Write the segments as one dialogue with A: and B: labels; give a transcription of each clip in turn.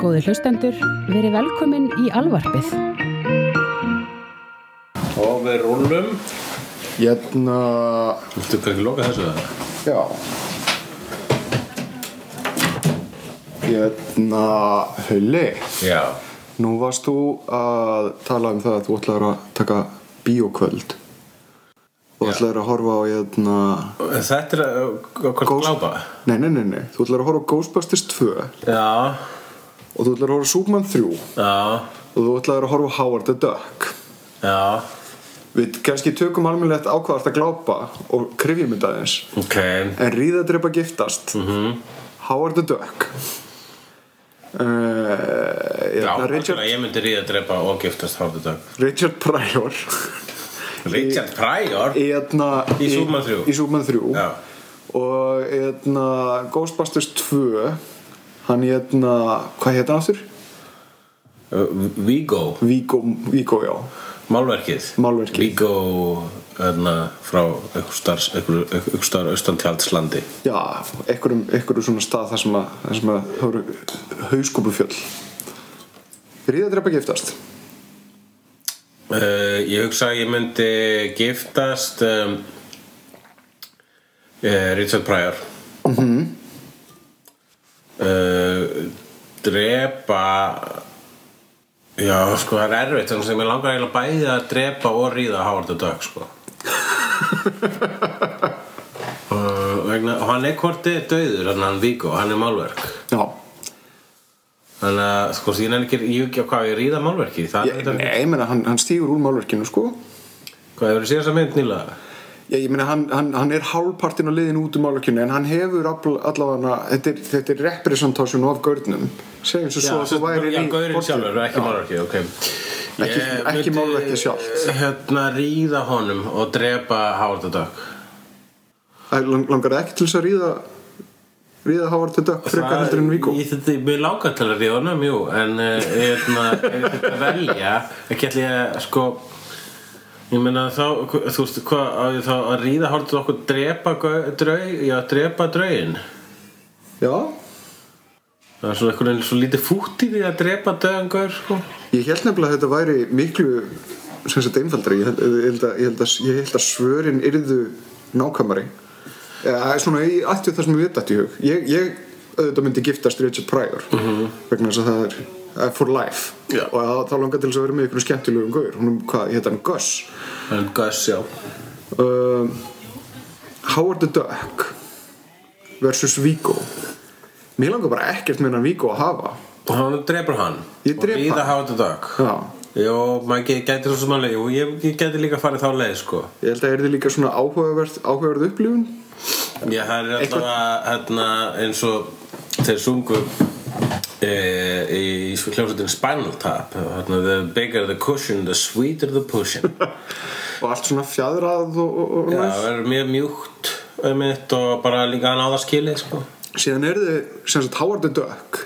A: Góði hlustendur, verið velkomin í alvarpið.
B: Og við rúllum
C: Hérna,
B: Þú ert ekki lokað þessu það?
C: já Hérna, Hulli
B: Já
C: Nú varst þú að tala um það að þú ætlaður að taka bíókvöld og
B: Já.
C: ætlaður að horfa á hérna
B: Þetta er uh, hvort
C: Ghost-
B: glápa
C: Nei, nei, nei, nei, þú ætlaður að horfa á Ghostbusters 2 og
B: Já,
C: þú ætlaður að horfa á Superman 3
B: já,
C: og þú ætlaður að horfa á Howard the Duck
B: já
C: Við kannski tökum almennilegt ákvaðast að glápa og krifjum þetta aðeins
B: Ok
C: en ríðadrepa giftast mm -hmm.
B: Mhm.
C: Howard the Duck uh,
B: Já,
C: hérna,
B: Richard...
C: Richard,
B: ég myndi ríða að drepa og giftast hálfðu dag
C: Richard Pryor Eh,
B: Richard Pryor
C: hérna,
B: Í Superman 3.
C: í Superman 3
B: Já.
C: og hérna, Ghostbusters 2 hann hérna hvað hérna aftur?
B: Uh, Vigo,
C: Vigo, Vigo já
B: málverkið
C: Málverkið.
B: Vigo, hérna, frá einhver starf austan tjaldslandi
C: já, einhverjum, einhverjum svona stað þar sem að, þar sem að það eru hauskúpufjöll ríðadrepa giftast
B: Uh, ég hugsa að ég myndi giftast um, uh, Richard Pryor uh, Drepa Já, sko, það er erfitt þannig sem ég langar eiginlega bæði að drepa og ríða Howard the Duck, sko uh, vegna, og hann er hvorti döður, hann, hann Vigo, hann er málverk
C: já
B: þannig að, sko, því ég nefnir ekki, ég ekki á hvað ég ríða málverki það
C: Ég,
B: er þetta,
C: nei, ég meina, hann, hann stígur úr málverkinu, sko.
B: hvað hefur síðast að mynd nýlega?
C: Ég, ég meina, hann, hann, hann er hálfpartin á liðin út úr málverkinu, en hann hefur afl- allavega, þetta er, þetta er representation af gaurnum. Segjum
B: Já,
C: svo svo að þú væri
B: já, gaurinn sjálfur, ekki málverkið, ok
C: Ekki-
B: Ég
C: ekki
B: myndi,
C: málverkið sjálft.
B: Hérna ríða honum og drepa Howard the Duck
C: Lang, langar það ekki til þess að ríða, ríða Howard the Duck frekar heldur en Víkó?
B: Ég þetta er mjög lágat til að ríða honum, jú En eh, hérna, ef ég ætti að velja Ekki ætli ég, sko Ég meina þá, þú veist, hvað á ég þá að ríða Howard the Duck og drepa gau- draug, já, drepa drauginn
C: Já,
B: Það er svona einhvern veginn svo lítið fútt í því að drepa döðangur, sko
C: ég held nefnilega að þetta væri miklu, sem sagt, einfaldri. Ég held, ég held, að, ég held, að, ég held að svörin yrðu nákvæmari. Ja, svona, ég ætti það sem ég veit þetta í hug. Ég, ég auðvitað myndi giftast Richard Pryor vegna þess að það er uh, for life
B: Já.
C: og að, þá langar til þess að vera með ykkur skemmtilegum gaur hún, hvað, hétt hann Gus
B: En Gus, já
C: uh, Howard the Duck versus Vigo mér langar bara ekkert með hann Vigo að hafa
B: Og hann drepur hann
C: Ég drep
B: Og ríða
C: hann.
B: Howard the Duck
C: Já.
B: Jó, maður ge- gæti svo sem alveg, jú, ég, ég gæti líka farið þá leið, sko.
C: ég held að það er líka svona áhugaverð, áhugaverð upplifun
B: Ég það er
C: Eitthvað-
B: allavega, hérna, eins og þeir sungu e, í hljómsveitin Spinal Tap, hérna, the bigger the cushion, the sweeter the pushing.
C: og allt svona fjadrað og, og, og
B: Já,
C: næs.
B: það er mjög mjúkt, einmitt, og bara líka að náða skilið, sko.
C: síðan er þið sem sagt Howard the Duck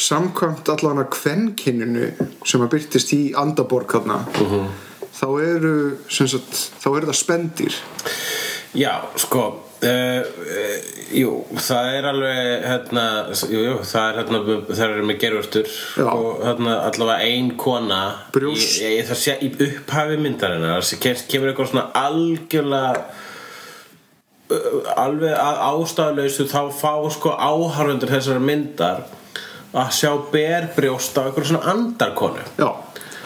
C: samkvæmt allan að kvenkinninu sem að byrtist í andaborg þarna
B: Mhm.
C: þá eru sem sagt, þá eru það spendir
B: Já, sko Uh, uh, jú, það er alveg hérna, jú, jú, það er hérna það er með gerfurtur
C: Já.
B: og hérna allavega ein kona
C: Brjóst.
B: í, í, það sé í upphafi myndarina það kemur, kemur eitthvað svona algjörlega uh, alveg að ástæðuleysu þá fá sko áhárundur þessar myndar að sjá berbrjóst af eitthvað svona andarkonu
C: já,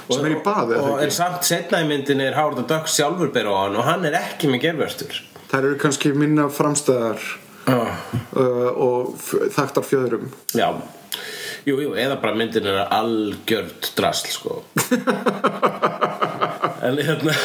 C: sem er í baði
B: og,
C: og,
B: og er samt setna í myndin er Howard the Duck sjálfur ber á hann og hann er ekki með gerfurtur
C: þær eru kannski minna framstæðar uh, og f- þekktar fjöðrum
B: Já, jú, jú, eða bara myndin er algjörd drasl, sko En hérna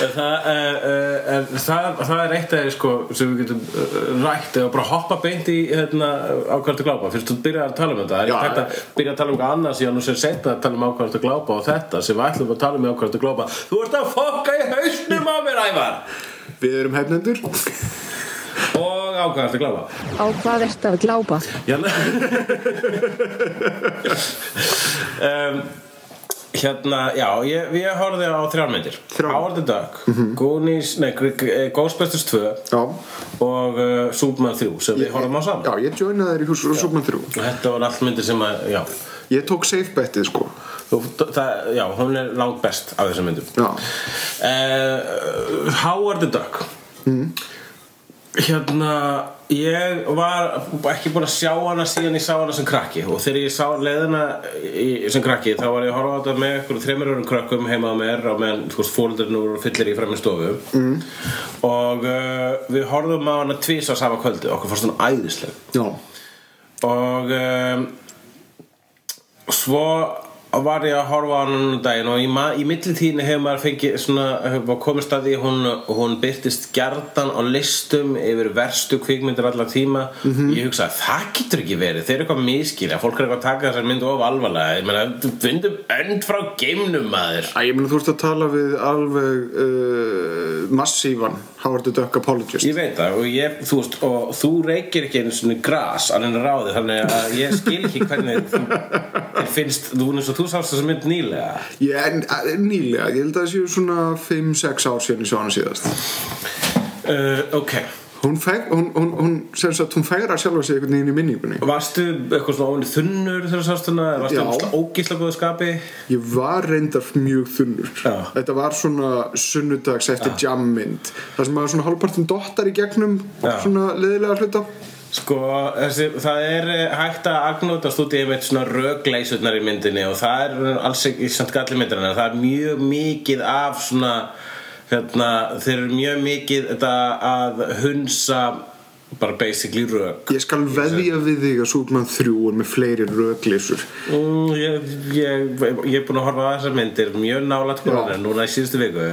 B: en það, uh, uh, en það, það er eitt af því, sko, sem við getum uh, rætt eða bara hoppa beint í hérna, ákvært að glápa Fyrst þú byrjar að tala um þetta Það er
C: Já.
B: ekki hægt að byrja að tala um eitthvað annað síðan og sér setna að tala um ákvært að glápa og þetta sem við ætlum að tala um í ákvært að glápa Þú ert að fokka í hausnum á mér, Ævar
C: við erum hefnendur
B: og ákvært að glápa
A: Á hvað ert að glápa?
B: Já, ne- um, Hérna, já, ég, ég horfði á þrjármyndir
C: Þrjár. Mhm.
B: Howard the Duck, Goonies, nei, Gr- Gr- Ghostbusters 2
C: Já.
B: og uh, Superman 3 sem við horfðum á saman
C: Já, ég joinaði þér í hús og súpmann þrjú
B: og þetta var allt myndir sem að, já,
C: Ég tók safe betið sko
B: þú, það, já hún er langt best af þessum myndum
C: Já,
B: uh, Howard the Duck hérna ég var ekki búinn að sjá hana síðan ég sá hana sem krakki og þegar ég sá leiðina í, sem krakki þá var ég að horfa á þetta með einhverjum þreymur örum krakkum heima á mér á meðan þú veist fólundurinn voru fyllir í fremmi stofu mm. og uh, við horfðum á hana tvís á sama kvöldi okkur fórst hún æðisleg
C: já,
B: og um, svo var ég að horfa á hann um daginn og í, ma- í millitíðinni hefur maður fengið svona, hefur komist að því að hún, hún byrtist gjartan á listum yfir verstu kvikmyndir allar tíma ég hugsaði, það getur ekki verið þeir eru eitthvað miskilja, fólk er eitthvað að taka þessar myndu of alvarlega, ég meina, þú fundum önd frá geimnum maður
C: Æ, ég meina þú ert að tala við alveg uh, massívan Howard the Duck Apologist
B: Ég veit það og ég, þú veist, og þú reykir ekki einu svona gras alveg en ráði þannig að ég skil ekki hvernig þú þér finnst, þú eins og þú sást þess mynd nýlega
C: Ég en- en nýlega, ég held að það séu svona 5-6 ár síðan ég sá hana síðast
B: uh, Ok,
C: Hún, feg, hún, hún, hún sem sagt, hún færa sjálfa sig einhvern veginn í minningunni
B: varstu eitthvað svona óinni þunnur þegar þú sást hana, varstu
C: Já.
B: ógislega ógislega góðu skapi
C: Ég var reyndar mjög þunnur
B: Já.
C: Þetta var svona sunnudags eftir jammynd Það sem maður svona hálfpartin dottar í gegnum
B: Já.
C: Svona leðilega hluta
B: Sko, þessi, það er eh, hægt að agnótast út í einmitt svona rögleisurnar í myndinni og það er alls ekki samt galli myndirinn það er mjög mikið af svona hérna, þeir eru mjög mikið þetta að hunsa bara basically rög
C: Ég skal veðja við þig að Superman 3 er með fleiri röglísur
B: mm, ég, ég, ég er búin að horfa á þessar myndir mjög nálægt
C: Já.
B: konar núna í síðustu viku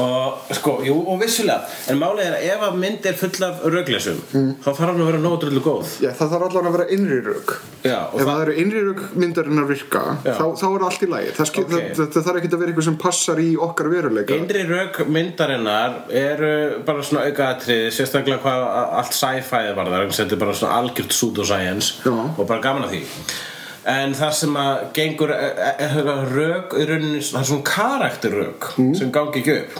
B: og sko, jú, og vissulega en málið er að ef að mynd er full af rögleisum
C: Mm.
B: þá þarf hann að vera nóg drullu góð
C: Já, það þarf allan að vera innri rögg
B: Já, og
C: Ef það eru innri rögg myndarinn að virka
B: Já.
C: þá, þá er allt í lagi það, skil,
B: Ok.
C: okay. það, það þarf ekkert að vera eitthvað sem passar í okkar veruleika
B: Einri rauk myndarinnar eru bara svona aukaðatriði, sérstaklega hvað allt sci-fi var þar, þetta er bara svona algjört pseudoscience
C: Já.
B: og bara gaman að því. En það sem að gengur, e, rauk, rauninni, það er svona karakterrauk sem gangi ekki upp.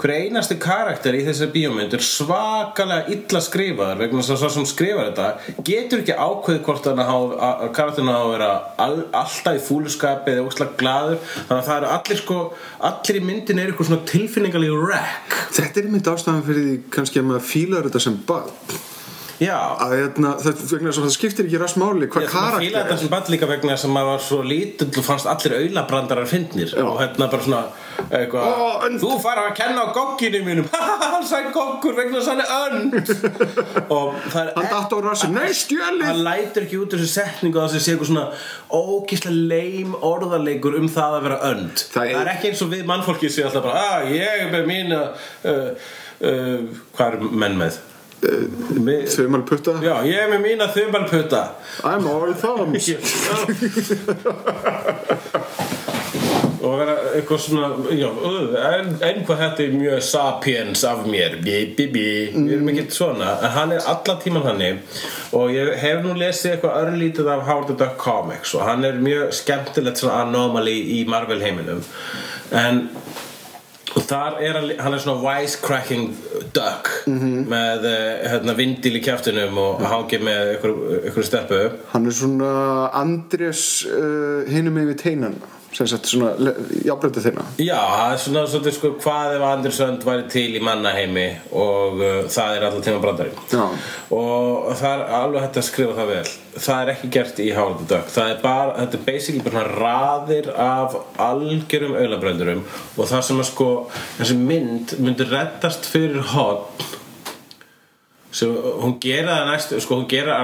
B: Hver einasti karakter í þessari bíómynd er svakalega illa skrifaðar vegna þess að svo sem skrifar þetta getur ekki ákveðið hvort hann að, að karakterna á að vera all, alltaf í fúluskapi eða ógslag glaður þannig að það eru allir sko allir í myndin eru eitthvað svona tilfinningalíu wreck
C: Þetta er mynd ástæðan fyrir því kannski að maður fílar þetta sem barn
B: Já,
C: að hérna, það, vegna þess að það skiptir ekki rast máli hvað
B: Ég fíla
C: karakter
B: þetta
C: er
B: sem ball líka vegna sem maður var svo lítill og fannst allir aulabrandarar fyndnir og hérna bara svona eitthvað,
C: Ó, önd.
B: þú fara að kenna á gogginu mínum hann sæði goggur vegna þess að hann er önd og það er
C: Hann datt á rassin, nei stjölið
B: hann lætur ekki út úr þessu setningu að það sé eitthvað svona ógislega leim orðarleikur um það að vera önd
C: Það er-
B: ekki eins og við mannfólki sé alltaf bara að ég er með mína uh, uh, hvað er menn með? Uh,
C: Eh, Þau maður putta
B: já, ég er með mína þumbalputta
C: I'm all thumbs
B: og vera eitthvað svona já, uh, en, en hvað þetta er mjög sapiens af mér bí, bí, bí, við erum ekkert svona en hann er alla tíman þannig og ég hef nú lesið eitthvað örlítið af Howard the Duck Comics og hann er mjög skemmtilegt svona anomaly í Marvel heiminum en og þar er hann, hann er svona wisecracking duck með eh, hérna, vindil í kjæftinum og hangi með einhverju steppu
C: Hann er svona Andrés uh, hinum yfir teinan sem sagt svona jábreyta þeirna
B: Já, það er svona svolítið sko hvað ef Andersönd væri til í mannaheimi og uh, það er alltaf tíma brandarinn
C: Já.
B: og það er alveg hægt að skrifa það vel það er ekki gert í Howard the Duck það er bara, þetta er basically bara svona raðir af algjörum aulabrandurum og það sem að sko þessi mynd myndi reddast fyrir hot sem hún gera það næst sko hún gera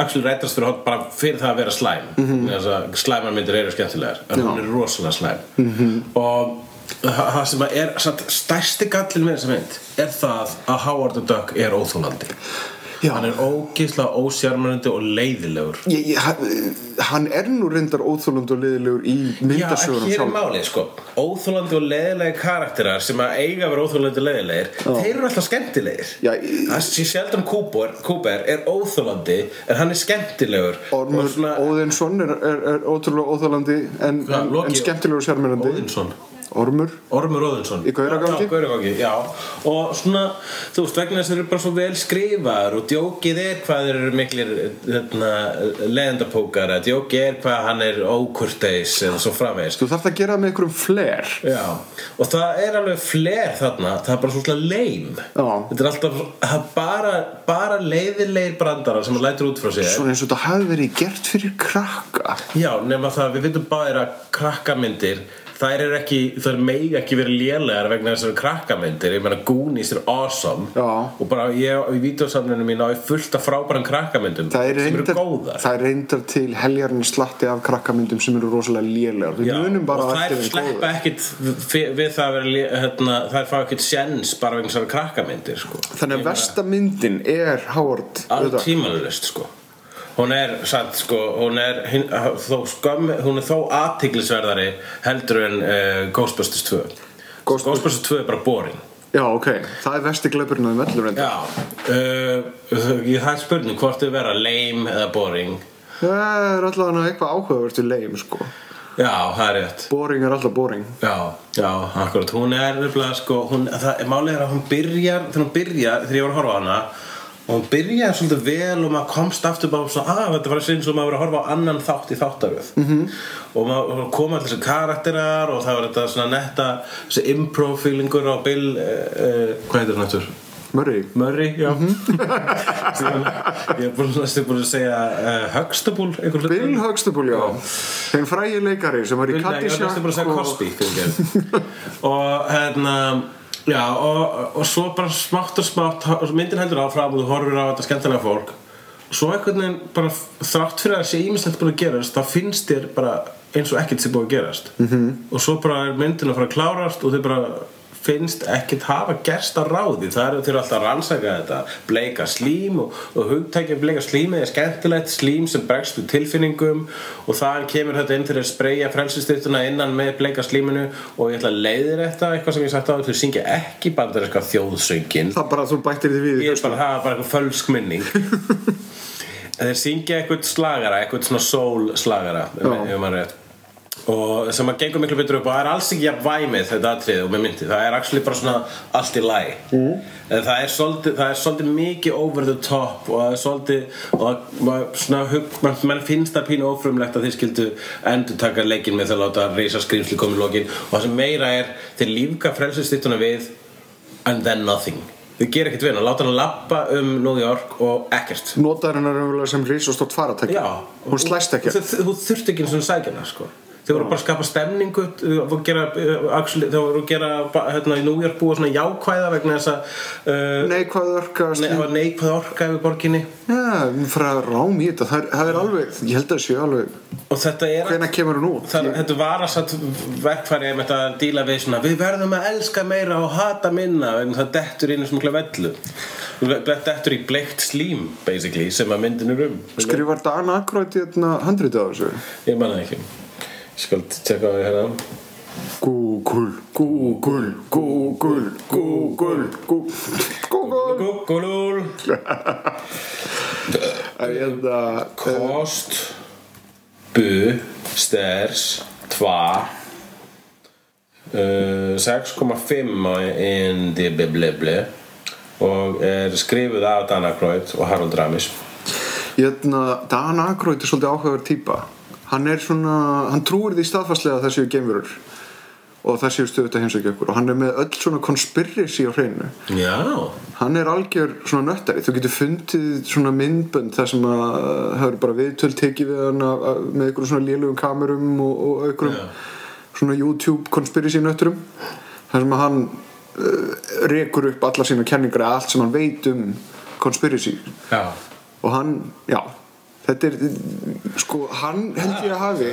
B: Axel Reddast fyrir hot bara fyrir það að vera slæm mm -hmm. slæmarmyndir eru skemmtilegar en hún er rosalega slæm -hmm. og það það sem að er samt, stærsti gallin með þessa mynd er það að Howard the Duck er óþólandi
C: Já.
B: hann er ógislega ósjarmörandi og leiðilegur
C: ég, ég, ha- hann er nú reyndar óþólund og liðilegur í
B: Já,
C: myndasögunum
B: hér er
C: sjálf
B: málið sko Óþólandi og leiðilegi karakterar sem að eiga að vera óþólandi og leiðilegir Þeir eru alltaf skemmtilegir
C: Já, í-
B: Það sé sjaldan Cooper, Cooper er óþólandi en hann er skemmtilegur
C: Ormur
B: Og svona-
C: Óðinsson er, er, er ótrúlega óþólandi en,
B: Já,
C: en,
B: Loki-
C: en skemmtilegur sérmennandi
B: Óðinsson
C: Ormur
B: Ormur Óðinsson
C: Í Gauragangi?
B: Já, Gauragangi, já Og svona, þú veist, vegna þess að þeir eru bara svo vel skrifaðar og djókið er hvað þeir eru miklir hérna, leðendapókar að djókið er hvað hann er ókurteis eða svo framvegis
C: Þú þarft að gera það með einhverjum fler
B: Já, og það er alveg fler þarna, það er bara svona leim
C: Já.
B: Þetta er alltaf, það er bara, bara leiðilegir brandarar sem hann lætur út frá sér
C: Svona eins og þetta hafi verið gert fyrir krakka
B: Já, nema það við vitum báðir að krakkamyndir þær er ekki, þær megi ekki verið lélegar vegna þessar krakkamyndir ég meina Goonies er awesome
C: Já.
B: og bara ég í vídeosamlunum mín á ég fullt af frábæran krakkamyndum
C: Það er
B: sem eru
C: reyndar,
B: góðar
C: það er reyndar til heljarinn slatti af krakkamyndum sem eru rosalega lélegar Við
B: Já,
C: munum bara
B: og
C: að
B: þær
C: eftir þeim
B: sleppa
C: góða
B: ekkit við, við það að vera lé- hérna, þær fá ekkit sjens bara vegna þessar krakkamyndir sko.
C: Þannig að versta myndin er Howard
B: alveg
C: auðvitað.
B: tímalurist sko hún er satt sko hún er, hin, þó, skam, hún er þó aðtiklisverðari heldur en uh, Ghostbusters 2
C: Ghostbusters-
B: Ghostbusters 2 er bara boring
C: Já, ok, það er versti gleipurinn að mellum reyndar
B: já uh, ég það er spurning hvort þau vera lame eða boring
C: Það er allavega eitthvað áhugavert við leim sko.
B: já það er rétt
C: Boring er alltaf boring
B: Já, já, akkurat, hún er nefnilega sko, hún, það er málið er að hún byrjar þegar hún byrjar, þegar ég var að horfa á hana og hún byrjar svolítið vel og maður komst aftur bara svona, að þetta var eins og maður var að horfa á annan þátt í þáttaröð
C: Mhm.
B: -hmm. og maður koma allir þessi karakterar og það var þetta svona netta þessi improv-feelingur á Bill uh, uh, hvað heitir hann aftur?
C: Murray
B: Murray, já
C: Mhm.
B: Síðan, ég er búin, næstum búin að segja uh, Huxtable, einhver hlut
C: Bill Huxtable, já Þeim frægi leikari sem var í sko.
B: Nei, ég var
C: Caddyshack
B: næstum bara að segja Cosby fyrirgefðu. og hérna já og, og svo bara smátt og smátt og myndin heldur áfram og þú horfir á þetta skemmtilega fólk og svo einhvern veginn bara þrátt fyrir að það sé ímislegt búin að gerast þá finnst þér bara eins og ekkert sé búin að gerast
C: Mhm.
B: -hmm. og svo bara er myndin að fara að klárast og þau bara finnst ekkert hafa gerst að ráði það eru þeir eru alltaf að rannsaka þetta bleika slím og, og hugtækja bleika slímið er skemmtilegt slím sem bregst úr tilfinningum og þaðan kemur þetta inn til að spreyja frelsistyrtuna innan með bleika slíminu og ég ætla að leiðir þetta eitthvað sem ég sagt á þau syngja ekki bandarinska þjóðsöngin
C: Það bara að þú bættir því við
B: ég er bara að hafa bara eitthvað fölsk minning En þeir syngja eitthvað slagara eitthvað svona soul slagara um,
C: Já.
B: um rétt og sem að gengur miklu betur upp og það er alls ekki að væmið þetta atrið og með myndi það er actually bara svona allt í læ mm. það, er svolítið, það er svolítið mikið over the top og það er svolítið og það- maður- svona hug, man, man finnst það pínu ófrumlegt að þeir skildu endur taka leikin með það láta reysa skrýmsli komið lókin og það sem meira er þeir lífga frelsistýttuna við and then nothing þau gera ekkert við hann, láta hann lappa um New York og ekkert
C: Notar hennar raunverulega sem risastótt faratæki
B: Já,
C: Hún slæst ekki
B: Þú- þú- Þú þurft ekki eins og sækjana sko. Þau voru bara að skapa stemningu uh, og gera, uh, actually, Þau voru að gera ba- hérna, í New York búa svona jákvæða vegna þess að uh,
C: Nei, hvað örka
B: ne
C: Já,
B: hafa neikvæð orka yfir borginni
C: við fyrir að rám í þetta það er, það er alveg, ég held að það sé alveg
B: og þetta er
C: Hvenær kemur hún út?
B: Það, þetta var að satt verkfæri einmitt að díla við svona við verðum að elska meira og hata minna en það dettur inn í svona vellu það dettur í bleikt slím basically sem að myndin er um
C: Skrifar Dan Aykroyd í hérna handrítið á þessu
B: ég manna ekki ég skal tjekka á því hérna
C: Google, Google, Google, Google, Google, Google
B: Google
C: En hérna, eh,
B: Kost Bu Sters Tva uh, 6,5 á IMDB og er skrifuð af Dana Croyd og Harold Ramis
C: hérna, Dan Aykroyd er svolítið áhugaverð típa Hann er svona, hann trúir því staðfastlega að það séu geimverur og það séu stöðut að heimsækja okkur og hann er með öll svona conspiracy á hreinu
B: Já
C: hann er algjör svona nöttari þú getur fundið svona myndbönd þar sem að hefur bara viðtöl tekið við hann af- af- með einhverjum svona lélugum kamerum og, og einhverjum
B: Já.
C: svona YouTube conspiracy nötturum þar sem að hann uh, rekur upp alla sína kenningar eða allt sem hann veit um conspiracy
B: Já
C: og hann, já þetta er, sko, hann held ég að hafi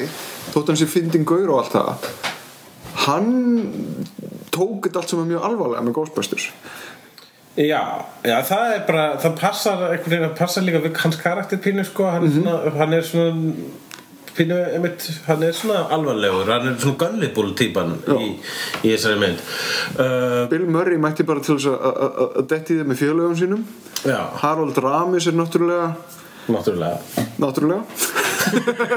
C: þótt hann sér fyndin gaur og allt það hann tók þetta allt sem er mjög alvarlega með Ghostbusters
B: Já, já, það er bara, það passar einhvern veginn, það passar líka við hans karakter pínu sko, hann, er, svona, hann er svona pínu, einmitt, hann er svona alvarlegur, hann er svona gullibull típan í, í þessari mynd uh,
C: Bill Murray mætti bara til þess að- að- að að detti í það með fjölaugum sínum
B: Já,
C: Harold Ramis er náttúrulega
B: náttúrulega
C: náttúrulega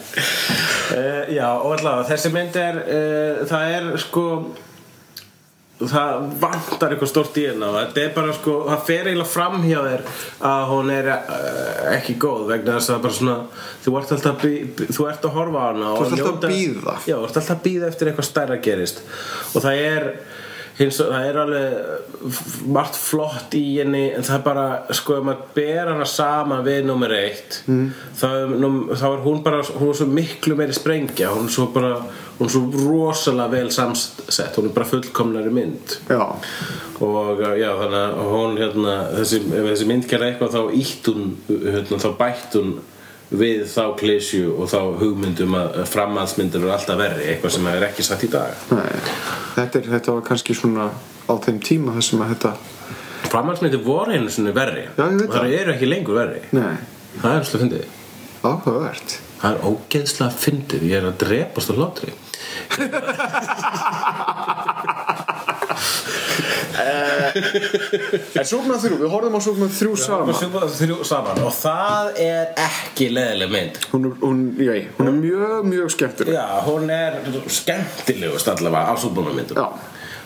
B: uh, Já, og allavega, þessi mynd er, uh, það er sko það vantar eitthvað stórt í hérna og þetta er bara sko, það fer eiginlega fram hjá þér að hún er uh, ekki góð vegna þess að það er bara svona þú ert alltaf að, bí, þú ert að horfa á hana
C: Þú ert
B: og
C: alltaf að
B: njóta-
C: bíða.
B: já, þú ert alltaf að býða eftir eitthvað stærra gerist og það er hins, og- það er alveg f- margt flott í henni en það er bara, sko, ef maður ber hana sama við nummer eitt mm. þá, er núm, þá er hún bara hún er svo miklu meiri sprengja hún er svo bara, hún er svo rosalega vel samsett, hún er bara fullkomnari mynd
C: Já,
B: og uh, já, þannig að hún hérna, þessi, ef þessi mynd gerði eitthvað þá ítt hún, hérna, þá bætt hún við þá klísju og þá hugmyndum að framhaldsmyndir eru alltaf verri, eitthvað sem er ekki satt í dag
C: nei Þetta, er, þetta var kannski svona á þeim tíma þar sem að þetta
B: framhaldsmyndir voru einu sinni verri
C: Já, ég veit
B: og það
C: það.
B: eru ekki lengur verri
C: Nei,
B: það er umslega fyndið
C: áhugavert
B: það er ógeðslega fyndið, ég er að drepast á hlátri
C: En Sóknar 3, við horfum á Sóknar 3
B: og
C: saman
B: svo þrjú saman og það er ekki leðileg mynd
C: Hún er, hún, jæ, hún er mjög, mjög skemmtileg
B: Já, hún er skemmtilegust allavega á súbúnamyndum
C: Já.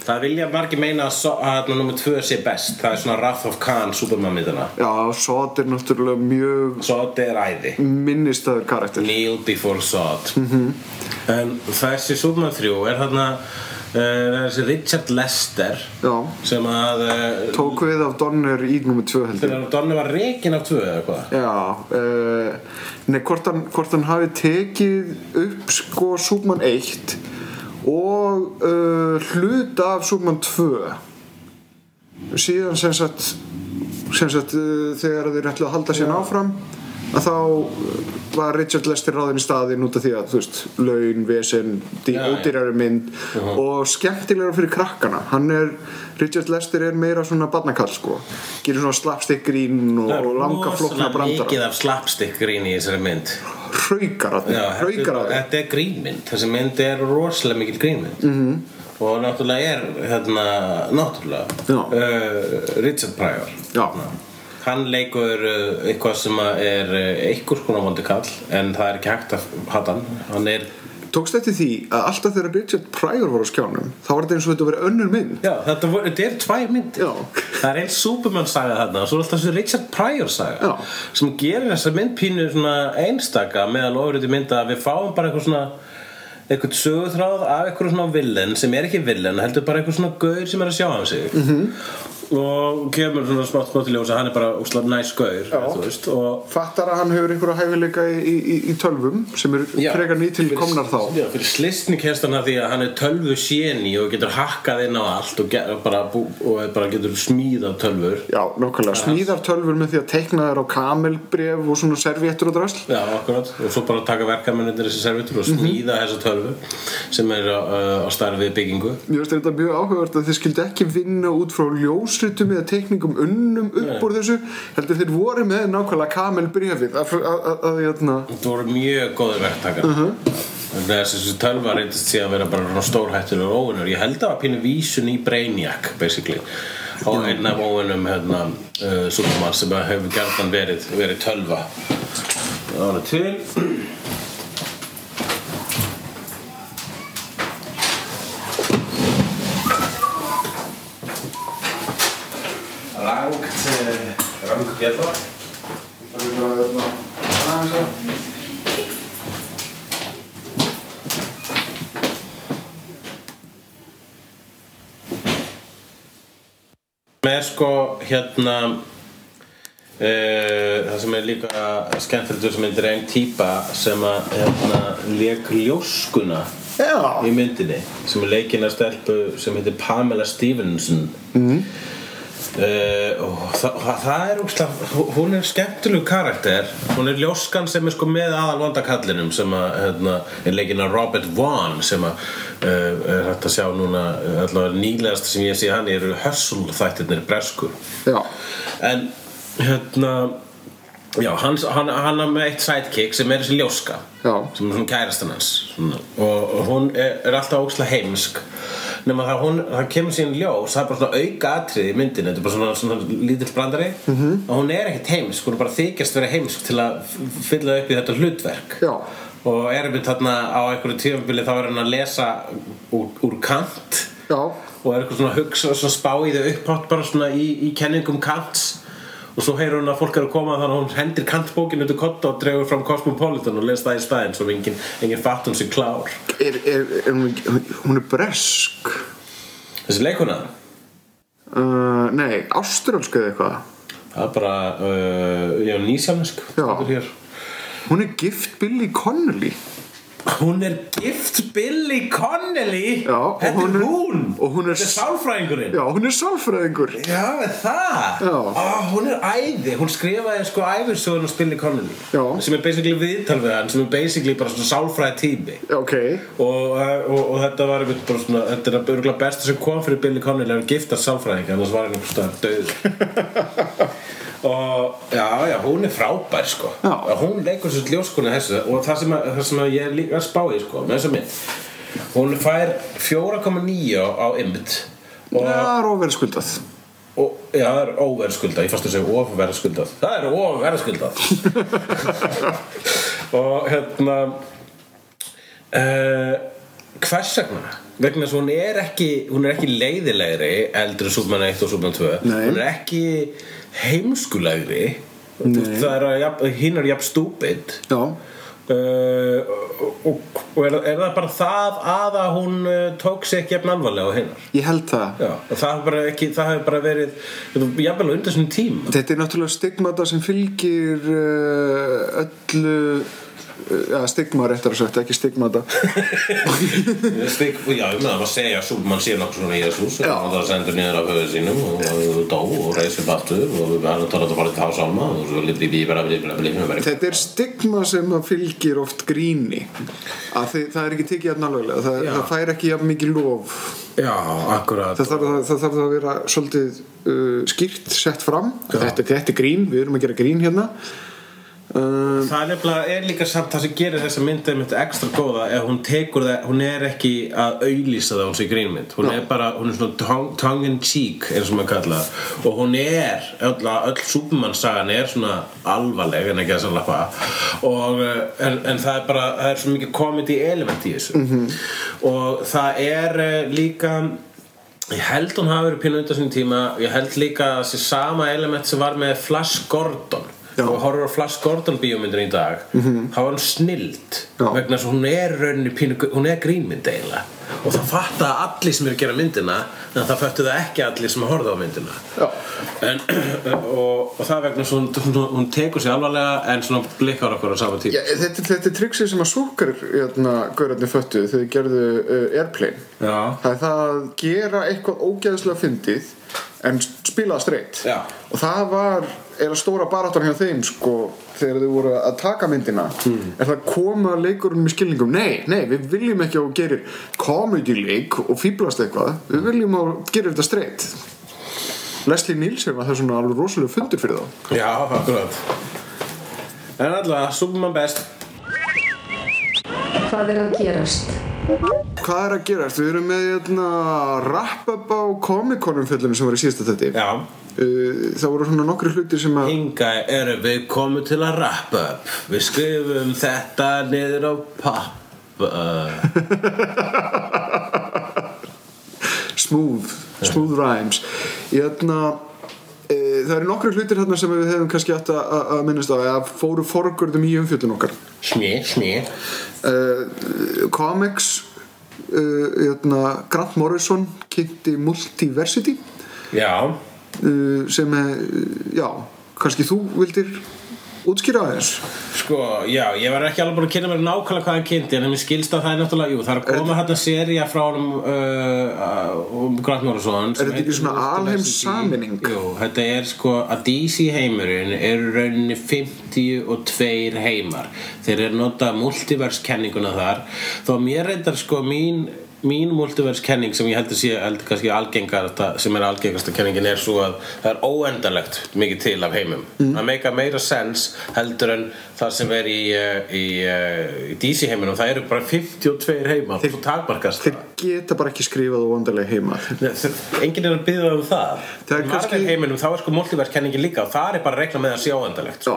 B: Það vilja margir meina að, so- að nummer 2 sé best Það er svona Wrath of Khan súbúnamyndina
C: Já, Sot er náttúrulega mjög
B: Sod er æði
C: minnistaður karakter
B: Kneel before Sod
C: Mhm.
B: -hmm. En þessi súbúnam 3 er þarna uh, þessi Richard Lester
C: Já,
B: sem að uh,
C: tók við af Donner í nummer 2 heldur
B: þegar Donni var rekin af 2 eða hvað
C: Já, uh, nei, hvort hann, hvort hann hafi tekið upp sko Súbmann 1 og uh, hluta af Súbmann 2 síðan sem sagt, sem sagt uh, þegar þeir ætlu að halda síðan áfram að þá uh, var Richard Lester ráðin í staðin út af því að þú veist, laun, vesen, dý-
B: Já, já.
C: ódýrari mynd og skemmtilegra fyrir krakkana hann er, Richard Lester er meira svona barnakall sko, gerir svona slapstick grín og og langa
B: Það
C: flokna
B: er rosalega mikið
C: brandara
B: af slapstick grín í þessari mynd
C: hraukar að
B: Já,
C: þeim hraukar
B: þetta,
C: að þeim
B: þetta er grínmynd þessi mynd er rosalega mikil grínmynd -hmm. og náttúrulega er hérna, náttúrulega
C: Já.
B: uh, Richard Pryor
C: Já.
B: hann leikur uh, eitthvað sem að er uh, einhvers konar vondi kall en það er ekki hægt að hata hann hann er,
C: tókst eftir því að alltaf þegar Richard Pryor var á skjánum þá var þetta eins og þetta verið önnur mynd
B: já, þetta, voru, þetta er tvær mynd
C: Já.
B: það er eins Superman saga þarna og svo er alltaf þessi Richard Pryor saga
C: Já.
B: sem gerir þessa mynd pínu svona einstaka meðal ofrið mynda að við fáum bara eitthvað svona eitthvað sögutráð af eitthvað svona villen sem er ekki villen, heldur bara eitthvað svona gaur sem er að sjá hann sig
C: Mhm.
B: -hmm. og kemur svona smátt smátt í ljós að hann er bara úslega næs gaur þú veist, og
C: fattar að hann hefur einhverja hæfileika í, í, í- í tölvum sem eru
B: Já.
C: frekar nýtil komnar þá
B: Já, fyrir slistni kemst hann að því að hann er tölvu séni og getur hakkað inn á allt og, ger, bara, bú- og bara getur smíðað tölvur
C: já, nákvæmlega, smíðar tölvur með því að tekna þær á kamelbref og svona serviettur og drasl
B: Já, akkurat, og svo bara taka verkamennir þessi servitur og smíða þessa tölvu sem er á, á starfi við byggingu
C: Mér finnst þetta mjög áhugavert að þeir skildi ekki vinna út frá ljósritum eða tekningum unnum upp úr þessu heldur þeir voru með nákvæmlega kamel brefið að, að, að, að, hérna,
B: Þetta voru mjög góður verktakar uh Þessi tölva reyndist síðan að vera bara stórhættulegur óvinnur Ég held að það var pínu vísun í Brainiac, basically Og einn af óvinnum hérna, uh, Superman sem að hefur gjarnan verið, verið tölva Það var til Rangt, eh, rangt bjallar með sko hérna uh, það sem er líka skemmtilegt við sem myndir einn típa sem að hérna, leik ljóskuna
C: Já.
B: í myndinni sem er leikinn að stelpu sem heitir Pamela Stevenson mm. Uh, og það, það, það er úkslega, hún er skemmtilegu karakter hún er ljóskan sem er sko með aðal vondakallinum sem að hérna, er leikinn af Robert Vaughn sem að uh, er hægt að sjá núna uh, allavega nýlegast sem ég sé hann í eru hörsulþættirnir breskur
C: Já,
B: en hérna já, hans, hann, hann er með eitt sidekick sem er þessi ljóska
C: já,
B: sem er svona kærastan hans svona. og og hún er, er alltaf ókslega heimsk nema það, hún, það kemur síðan í ljós það er bara svona auka atrið í myndinu þetta er bara svona, svona lítill brandari
C: Mhm.
B: -hmm. og hún er ekkert heimsk, hún er bara þykjast vera heimsk til að f- fylla upp í þetta hlutverk
C: Já.
B: og er einmitt þarna á einhverju tífambili þá er hann að lesa úr, úr kant
C: já,
B: og er eitthvað svona að hugsa og svona spá í þau upphátt bara svona í, í kenningum Kants og svo heyrir hún að fólk er að koma þannig að hún hendir Kantbókinu út í kotta og dregur fram Cosmopolitan og les það í staðinn svo enginn engin fatt hún sér klár
C: er, er, er hún, ekki- hún er bresk
B: þessi leikuna
C: uh, Nei, ástralsku eða eitthvað
B: það er bara uh, já, nýsjálnisk
C: Já. Hún er gift Billy Connolly
B: hún er gift Billy Connelly
C: Já, og
B: þetta
C: hún er-
B: er hún
C: og hún er-
B: þetta er sálfræðingurinn
C: Já, hún er sálfræðingur
B: Já, er það?
C: Já.
B: Ó, hún er æði, hún skrifaði sko æfisögun og spilli Connelly
C: Já.
B: sem er basically viðtal við hann, sem er basically bara svona sálfræði tími
C: Já, ok
B: og, uh, og, og þetta var einmitt bara svona, þetta er örgulega besta sem kom fyrir Billy Connelly að hann giftast sálfræðing annars var hann einhvers staðar döð og já, já, hún er frábær sko
C: Já.
B: hún leikur svo ljóskunni þessu og það sem, að, það sem að ég er líka að spá í sko með þess að mynd hún fær 4,9 á ymmit og
C: Já, Róver skuldað
B: Og, já, það er óverðskuldað, ég fannst að segja ofverðskuldað Það er ofverðskuldað Og hérna uh, Hvers vegna? Vegna þess að hún er ekki, hún er ekki leiðilegri Eldri Súbmann 1 og Súbmann 2
C: Nei.
B: Hún er ekki heimskulegri Nei. Það er að jafn- hinn er jafn stúpid
C: Já,
B: Uh, og, og er, er það bara það að að hún uh, tók sig ekki jafn alvarlega á hinnar
C: ég held það
B: Já, og það hefur bara, ekki, það hefur bara verið þetta var jafnvel á undir sinni tíma
C: Þetta er náttúrulega stigmata sem fylgir uh, öllu uh, ja, stigma réttar að sagt, ekki stigmata
B: Stig, Já, um það var að segja að Súlmann sé nokkuð svona í Jesus og
C: Já.
B: hann var að senda niður af höfuð sínum og og dó og reis upp aftur og við verðum að tala um að fara til þá sálma og svo lítið við bara við bara við bara
C: Þetta er stigma sem að fylgir oft gríni að þið, það er ekki tekið jafn alveglega það,
B: Já.
C: það fær ekki jafn mikið lof
B: Já, akkurat
C: það þarf, það, það þarf að vera svolítið uh, skýrt sett fram þetta, þetta er grín, við erum að gera grín hérna um,
B: Það er, nefnilega- er líka samt það sem gerir þessa mynd einmitt ekstra góða ef hún tekur það, hún er ekki að auðlýsa það hún sé grínmynd hún er bara, hún er svona tongue, tongue in cheek eins og maður kalla það og hún er, öll, öll Superman-sagan er svona alvarleg en ekki að sannlega hvað og, eh, en, en það er bara, það er svo mikið comedy element í þessu -hmm. og það er eh, líka Ég held hún hafi verið pínu undan sinni tíma Ég held líka að þessi sama element sem var með Flash Gordon
C: Já. Mhm.
B: og horfur á Flash Gordon bíómyndin í dag þá var hún snild
C: Já.
B: vegna þess að hún er rauninni pínu hún er grínmynd eiginlega og það fatta allir sem eru að gera myndina en það föttu það ekki allir sem horfðu á myndina
C: Já.
B: en, og, og það er vegna þess að hún, hún, hún tekur sér alvarlega en svona blikkar okkur á sama tíma
C: Já, eh, þetta, þetta er tryggsið sem að súkar hérna, gaurarnir föttu þegar þau gerðu uh, airplane
B: Já.
C: það er það að gera eitthvað ógeðslega fyndið en spila það streitt
B: Já.
C: og það var er að stóra baráttan hjá þeim sko þegar þau voru að taka myndina
B: Hmm.
C: er það koma leikurunum í skilningum nei, nei, við viljum ekki að þú gerir komedjuleik og fýblast eitthvað við viljum að þú gerir þetta streitt Leslie Nielsen var það svona alveg rosalega fundur fyrir þá
B: Já, akkurat En allavega, Superman best
D: Hvað er að gerast?
C: hvað er að gerast? Við erum með hérna, rappabá komikonum fjöllunum sem var í síðasta þetta
B: Já
C: það voru svona nokkri hlutir sem að
B: Hinga erum við komið til að rappa upp Við skrifum þetta niður á pappa
C: smooth, smooth rhymes Jæna, e, það eru nokkru hlutir hérna sem við hefum kannski átt að- að að minnast á eða fóru forgörðum í umfjöldun okkar
B: Smi, smi
C: e, comics e, jæna, Grant Morrison kynnti Multiversity uh,
B: Já
C: e, sem er, já, kannski þú vildir útskýra aðeins
B: Sko, já, ég var ekki alveg búin að kynna mér nákvæmlega hvað hann kynnti en mér skilst að það er náttúrulega, jú, það er að koma þetta seria frá honum uh, uh, um Grant Morrison sem
C: Er þetta ekki
B: heitir
C: svona
B: Ultimate
C: alheims
B: DC.
C: sameining?
B: Jú, þetta er sko að DC heimurinn eru í rauninni 52 heimar þeir eru notað multiverskenninguna þar þó að mér reyndar sko mín mín multiverskenning sem ég heldur sé heldur kannski algengarasta sem er algengarasta kenningin er svo að það er óendanlegt mikið til af heimum
C: Mm.
B: það meika meira sens heldur en það sem er í, eh, í, eh, í DC heiminum það eru bara 52 heimar þú takmarkast
C: Þeir geta bara ekki skrifað og vandarlega heima
B: Nei, þau- enginn er að byggja um það
C: Það er
B: Í
C: kannski-
B: Marvel heiminum þá er sko multiverskenningin líka og það er bara regla með að sé áendalegt
C: Já.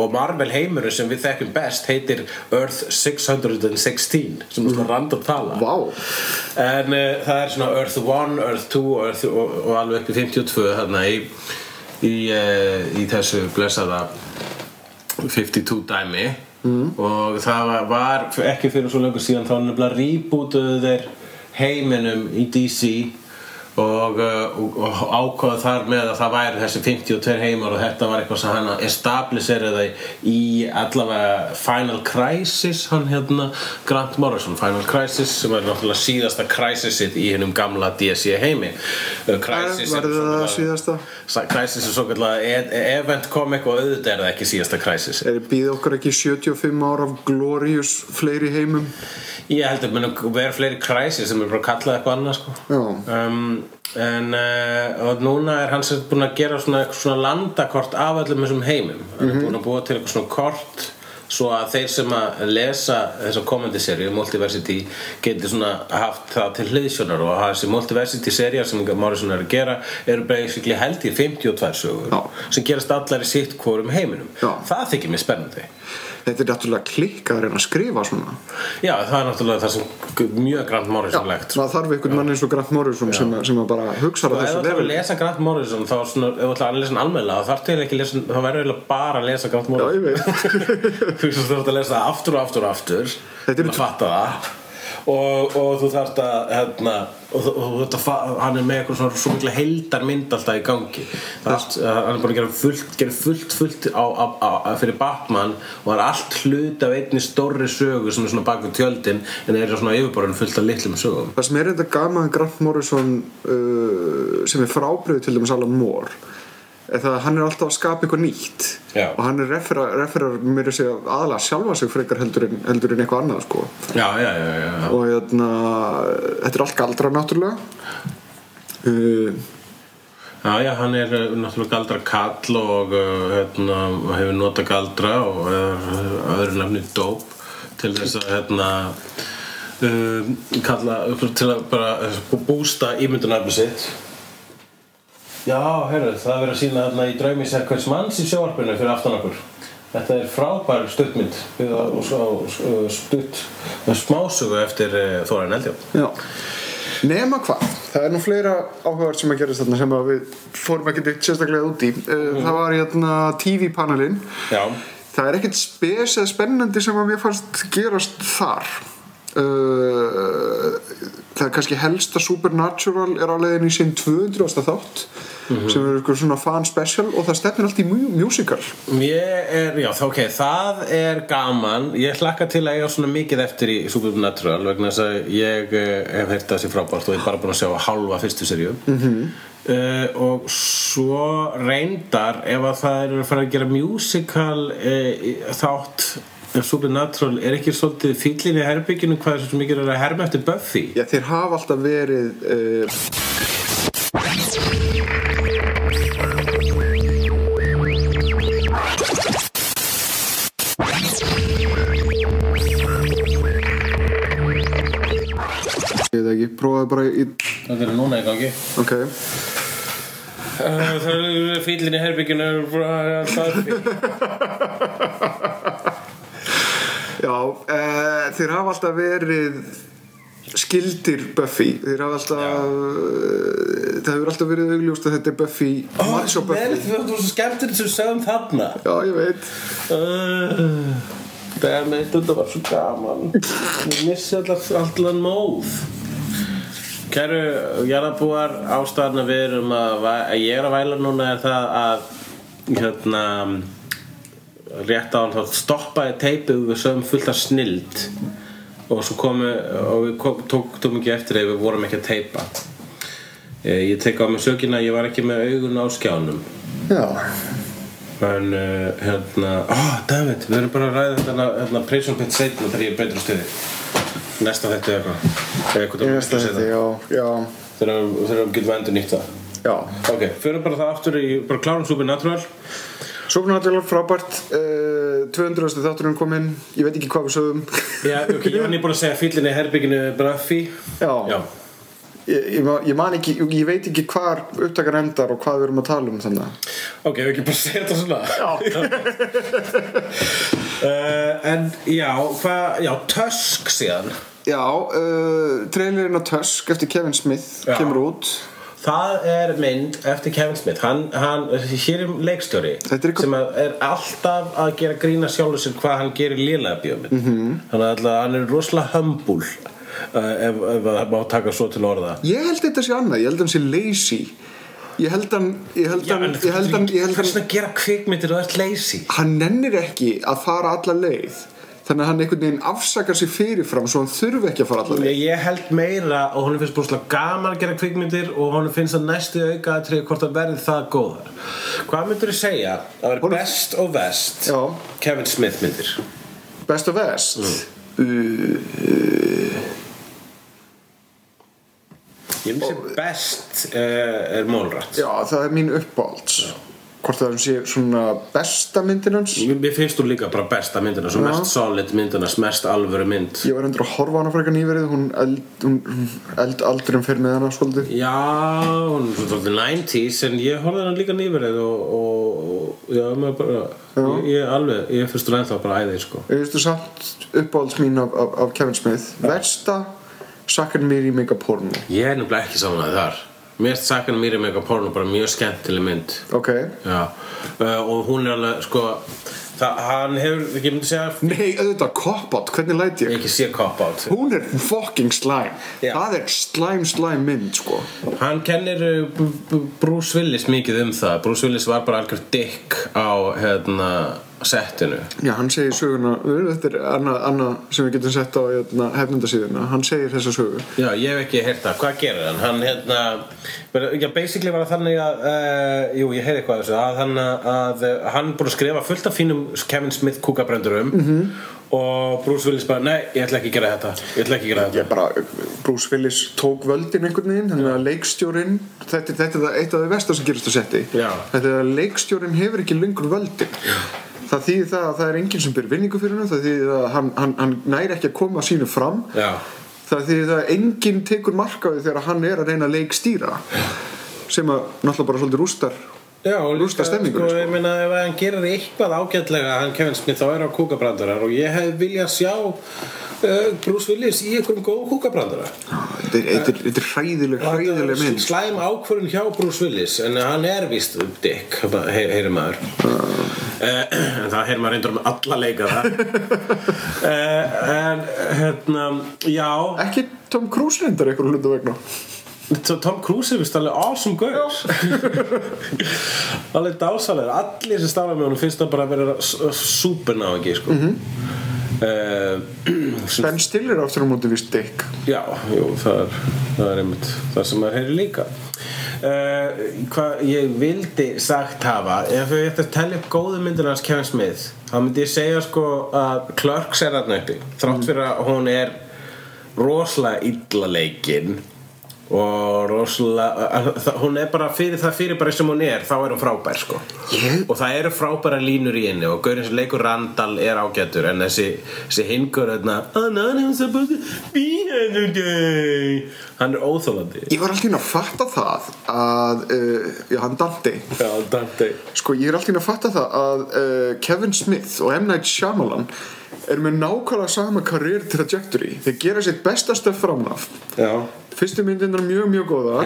B: og Marvel heimurinn sem við þekkum best heitir Earth 616 sem er svona random tala
C: Vá,
B: en uh, það er svona Earth 1, Earth 2 Earth, og, og alveg upp í 52 þarna í, í, uh, í þessu blessaða 52 dæmi
C: Mm.
B: og það var, var ekki fyrir svo lengur síðan þá nefnilega rebootuðu þeir heiminum í DC og, uh, og, og ákvaða þar með að það væri þessi 52 heimar og þetta var eitthvað sem hann establiseraði í allavega Final Crisis hann hérna Grant Morrison Final Crisis sem er náttúrulega síðasta crisisið í hennum gamla DC heimi Uh, Crisis er
C: verður það
B: svokallaða-
C: síðasta?
B: Crisis er svo kallega event comic og auðvitað er það ekki síðasta Crisis
C: Er býð okkar ekki 75 ár af glorious fleiri heimum?
B: Ég held að muni vera fleiri Crisis sem er bara að kalla eitthvað annað sko.
C: Já.
B: um, En uh, og núna er hans búin að gera svona, eitthvað svona landakort af öllum þessum heimum Hann
C: Mhm.
B: er búin að búa til eitthvað svona kort svo að þeir sem að lesa þessa komandi seríu, Multiversity geti svona haft það til hliðsjónar og að þessi Multiversity seríu sem Morrison er að gera eru basically held í 52 sögur
C: Já.
B: sem gerast allar í sitt hvorum heiminum
C: Já.
B: Það þykir mér spennandi
C: Þetta er náttúrulega klikkað að reyna að skrifa svona
B: Já, það er náttúrulega það sem mjög Grant Morrison-legt
C: Það þarf einhvern mann eins og Grant Morrison sem, sem að bara hugsa á
B: Og Sko, ef
C: þessu
B: þú ætlar að
C: level
B: lesa Grant Morrison þá svona, ef þú ætlar að lesa hann almennilega þá þarf til ekki að lesa, þá verður eiginlega bara að lesa Grant
C: Já,
B: Morrison
C: ég veit
B: þú veist þú þarf að lesa það aftur og aftur og aftur
C: Þetta eru
B: að fatta það og, og þú þarf að hérna, og, þú- og þetta, fa- hann er með eitthvað svona svo mikla heildarmynd alltaf í gangi Það er allt, uh, hann er búin að gera fullt, gera fullt, fullt á, á, á, á, fyrir Batman og það er allt hlut af einni stórri sögu sem er svona bak við tjöldin en það er svona yfirborðin fullt af litlum sögum
C: Það sem er þetta gaman að Grant Morrison uh, sem er frábriðu til dæmis Alan Moore er það að hann er alltaf að skapa eitthvað nýtt
B: Já.
C: og hann er referar, referar mér að segja aðalega sjálfa sig frekar heldur en, heldur en eitthvað annað sko.
B: Já, já, já, já, já.
C: og hérna, þetta er allt galdra náttúrulega uh,
B: Já, já, hann er uh, náttúrulega galdra kall og uh, hérna, hefur nota galdra og er uh, öðru nafni dóp til þess að hérna, um, kalla, til að bara uh, bústa ímyndunafni sitt. Já, heyrðu, það er verið að sína þarna í draumi sér hvers manns í sjóvarpinu fyrir aftan okkur. Þetta er frábær stuttmynd við að- og svo- og stutt smásögu eftir uh, Þórainn Eldjón.
C: Já. Nema hvað, það er nú fleira áhugavert sem að gerast þarna sem að við fórum ekki neitt sérstaklega út í. Uh, Það var hérna TV-panelin.
B: Já.
C: Það er ekkert spes eða spennandi sem að mér fannst gerast þar. Uh, það er kannski helsta Supernatural er á leiðin í sinn 200. þátt sem er eitthvað svona fan special og það stefnir allt í mu- musical.
B: Ég er, já, þá- ok, það er gaman Ég hlakka til að ég á svona mikið eftir í Supernatural vegna þess að ég uh, hef heyrt það sér frábært og ég er bara búin að sjá halva fyrstu serju -hmm. uh, og svo reyndar ef að það eru að fara að gera musical uh, þátt ef Supernatural er ekki svolítið fýllin í herbygginu hvað er svo mikið er að herma eftir Buffy
C: Já, þeir hafa alltaf verið uh, Ég veit ekki, prófaðu bara í
B: Það er núna í gangi
C: Ok,
B: Uh, Það eru fýllin í herbygginu frá Buffy
C: já uh, Þeir hafa alltaf verið skildir Buffy Þeir hafa alltaf eh, Það hefur alltaf verið augljóst að þetta er Buffy Mars og
B: Vel,
C: Buffy
B: Þú var svo skemmtir sem sögum þarna
C: Já, ég veit
B: Uh, Dammit, þetta var svo gaman Ég missi alltaf allan móð Kæru jarðabúar ástæðan að við erum að, væ- að ég er að væla núna er það að hérna rétt á hann þá stoppaði teipið og við sögum fullt af snild og svo komu og við kom, tók, tókum ekki eftir þegar við vorum ekki að teipa Eh, ég tek á mig sökina ég var ekki með augun á skjánum
C: Já,
B: en uh, hérna oh, dammit, við erum bara að ræða þetta hérna- hérna Prison Pit setna þegar ég er betur stuði næsta þetta eða eitthvað eða eitthvað
C: ég veist að þetta,
B: seinna.
C: já, já,
B: þegar við- þegar við getum endur nýtt það
C: já.
B: ok, fyrir bara það aftur í bara klárum Supernatural
C: Sjóknarallar frábært, uh, 200. þátturinn kom inn, ég veit ekki hvað við sögum.
B: Já, ok, ég var nýbúin að segja fíllin í herbygginu Braffi
C: já,
B: Já,
C: Ég, ég, ma- ég man ekki, ég veit ekki hvar upptakar endar og hvað við erum að tala um þannig.
B: ok, við ekki bara að segja þetta svona Já Eh, En já, hvað, já, Tusk síðan
C: Já, uh, trailerinn á Tusk eftir Kevin Smith
B: Já.
C: kemur út.
B: Það er mynd eftir Kevin Smith hann, hann, Hér er leikstjóri
C: Þetta er eitthvað-
B: sem að er alltaf að gera grína sjálfur sér hvað hann gerir lélega bíómynd mm
C: Mhm.
B: -hmm. Þannig að alltaf- hann er rosalega hömbul uh, ef, ef að má taka svo til orða
C: Ég held þetta sé annað, ég held hann sé lazy. Ég held hann, ég held hann, ég held hann, ég held
B: Hvers
C: hann,
B: vegna gera kvikmyndir og það er lazy
C: hann nennir ekki að fara alla leið. Þannig að hann einhvern veginn afsakar sér fyrirfram svo hann þurfi ekki að fara alla leið.
B: Ég, ég held meira og honum finnst búinlega gaman að gera kvikmyndir og honum finnst að næstu auka að treyja hvort það verði það góðar. Hvað myndur þú segja að vera
C: Honum-
B: best og vest
C: Já.
B: Kevin Smith myndir?
C: Best Uh, of West
B: Ég myndi sem best uh, er mólrætt.
C: Já, það er mín uppáhalds Hvort það sé svona besta myndin hans
B: Mér mér finnst þú líka bara besta myndina, svo
C: Já.
B: mest solid myndina, mest alvöru mynd.
C: Ég var endur að horfa á hana frekar nýverið Hún eld, hún- hún eld aldrum fyrir með hana svolítið
B: Já, hún er svo svolítið 90s en ég horfði hann líka nýverið og, og, og já, maður bara, ég, ég alveg, ég finnst þú ennþá bara æðið sko.
C: Ég veistu samt uppáhalds mín af, af, af Kevin Smith Versta Sakkar mér í mega porno
B: Ég er nefnilega ekki samanlega þar Mér erst sakan mér um eitthvað porno bara mjög skemmtileg mynd
C: Ok
B: Já uh, Og hún er alveg sko það, Hann hefur, ég myndi segja
C: Nei, auðvitað, cop-out, hvernig læt ég?
B: Ekki sé cop-out
C: Hún er fucking slæm
B: Já.
C: Það er slæm, slæm mynd, sko
B: Hann kennir uh, B- B- Bruce Willis mikið um það Bruce Willis var bara algjör dick á hérna settinu
C: Já, hann segir söguna, þetta er annað anna sem við getum sett á hérna, hefnundasíðuna, hann segir þessa sögu.
B: Já, ég hef ekki heyrt það, hvað gerir hann? Hann hérna, bara- já, basically var það þannig að, uh, jú, ég heyrði eitthvað af þessu, að hann, að, uh, hann búið að skrifa fullt af fínum Kevin Smith kúkabrendurum og Bruce Willis bara, nei, ég ætla ekki að gera þetta, ég ætla ekki að gera þetta.
C: Ég bara, Bruce Willis tók völdin einhvern veginn, þannig að leikstjórin, þetta, er- þetta er það- eitt af því versta sem gerist að setti.
B: Já.
C: Þetta er að leikstjórin hefur ekki lengur völdin. Já. Það þýðir það að það er enginn sem byr vinningu fyrir hann, það þýðir það að hann, hann, hann næri ekki að koma sínu fram.
B: Já,
C: Það þýðir það að enginn tekur markaði þegar hann er að reyna að leikstýra. Sem að náttúrulega bara svolítið rústar.
B: já, og
C: Rústa
B: sko,
C: stemningunni, sko.
B: ég meina, ef hann gerir eitthvað ágætlega, hann Kevin Smith, þá er hann kúkabrendurar og ég hef viljað sjá uh, Bruce Willis í einhverjum góðum kúkabrendurar.
C: Þetta er, þetta er, þetta er hræðileg, hræðileg mynd. sko.
B: Slæm ákvörðun hjá Bruce Willis En hann er víst um dick hey, Heyrir maður
C: Ah.
B: uh, En það heyrir maður reyndur um alla leika það En hérna Já,
C: Ekki Tom Cruise reyndar einhverjum hlutu vegna
B: Tom Cruise er víst alveg awesome gaur Alveg dásalega Allir sem starfa með honum finnst það bara að vera Súpernáingi sko. Eh, mm sem
C: Ben Stiller aftur á móti við Dick
B: Já, jú, það er, það er einmitt það sem maður heyri líka uh, Hvað ég vildi sagt hafa ef ég ætti að tellja upp góðu myndina hans Kevin Smith þá myndi ég segja sko að Clerks er þarna uppi þrátt fyrir að hún er rosalega illa leikinn og rosalega að- að- það- hún er bara fyrir það fyrir bara sem hún er þá er hún frábær sko
C: Ég-
B: og það eru frábæra línur í henni og gaurinn sem leikur Randall er ágætur en þessi, þessi hingur hérna "I'm not supposed to be here today." hann er óþólandi
C: Ég var alltaf inn að fatta það að, uh, já hann Dante
B: já, Dante
C: Sko ég er alltaf inn að fatta það að uh, Kevin Smith og M. Night Shyamalan eru með nákvæmlega sama career trajectory Þeir gera sitt besta stöf framnaf
B: já,
C: Fyrstu myndin er mjög mjög góða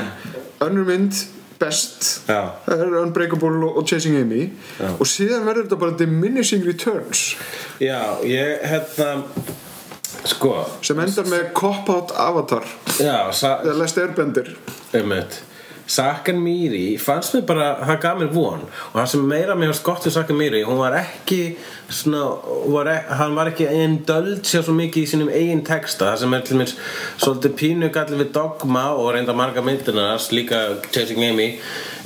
C: Önnur mynd best
B: Já.
C: Það er Unbreakable og og Chasing Amy
B: Já.
C: Og síðan verður þetta bara diminishing returns
B: já ég hérna sko
C: sem endar með cop-out avatar
B: já, sa,
C: eða lest erbender
B: einmitt Sakan Mýri fannst mér bara, það gaf mér von og það sem meira mér varst gott við Sakan Mýri hún var ekki svona, hún var ekki, hann var ekki einn döld sér svo mikið í sínum eigin texta það sem er til mér svolítið pínu gallið við dogma og reynda marga myndinars líka Chasing Amy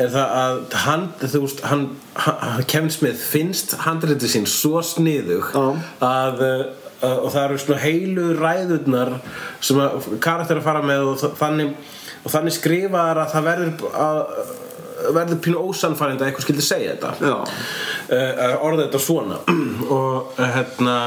B: er það að hann, þú veist hann, hann Kevin Smith finnst handritið sín svo sniðug
C: Já.
B: að uh, uh, og það eru svona heilu ræðurnar sem að karakter að fara með og þ- þannig, og þannig skrifaðar að það verður að verður pínu ósannfærandi að eitthvað skildi segja þetta
C: Já.
B: uh, uh, orða þetta svona og uh, hérna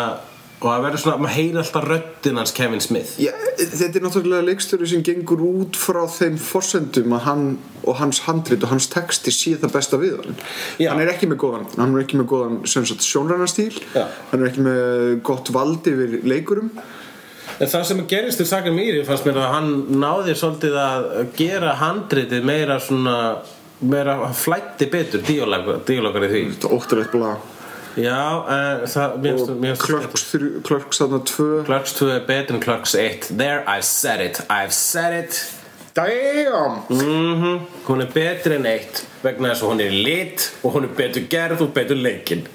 B: og það verður svona, maður heyri alltaf röddin hans Kevin Smith
C: Já, þetta er náttúrulega leikstöru sem gengur út frá þeim forsendum að hann og hans handrit og hans texti sé það besta við hann
B: Já.
C: hann er ekki með góðan hann er ekki með góðan sem sagt sjónrænastíl
B: Já.
C: hann er ekki með gott vald yfir leikurum
B: En það sem gerist í Sagan Mýri fannst mér að hann náði svolítið að gera handritið meira svona meira flætti betur díólokkar í því
C: þetta óttalegt blá
B: Já, uh, það, mér finnst- mér
C: og
B: finnst
C: klörks, þrjú- klörks þarna tvö
B: Clerks 2 er betur en Clerks 1 There I said it, I've said it
C: damn
B: mm Hún er betur en 1 vegna þess að hún er í lit og hún er betur gerð og betur leikin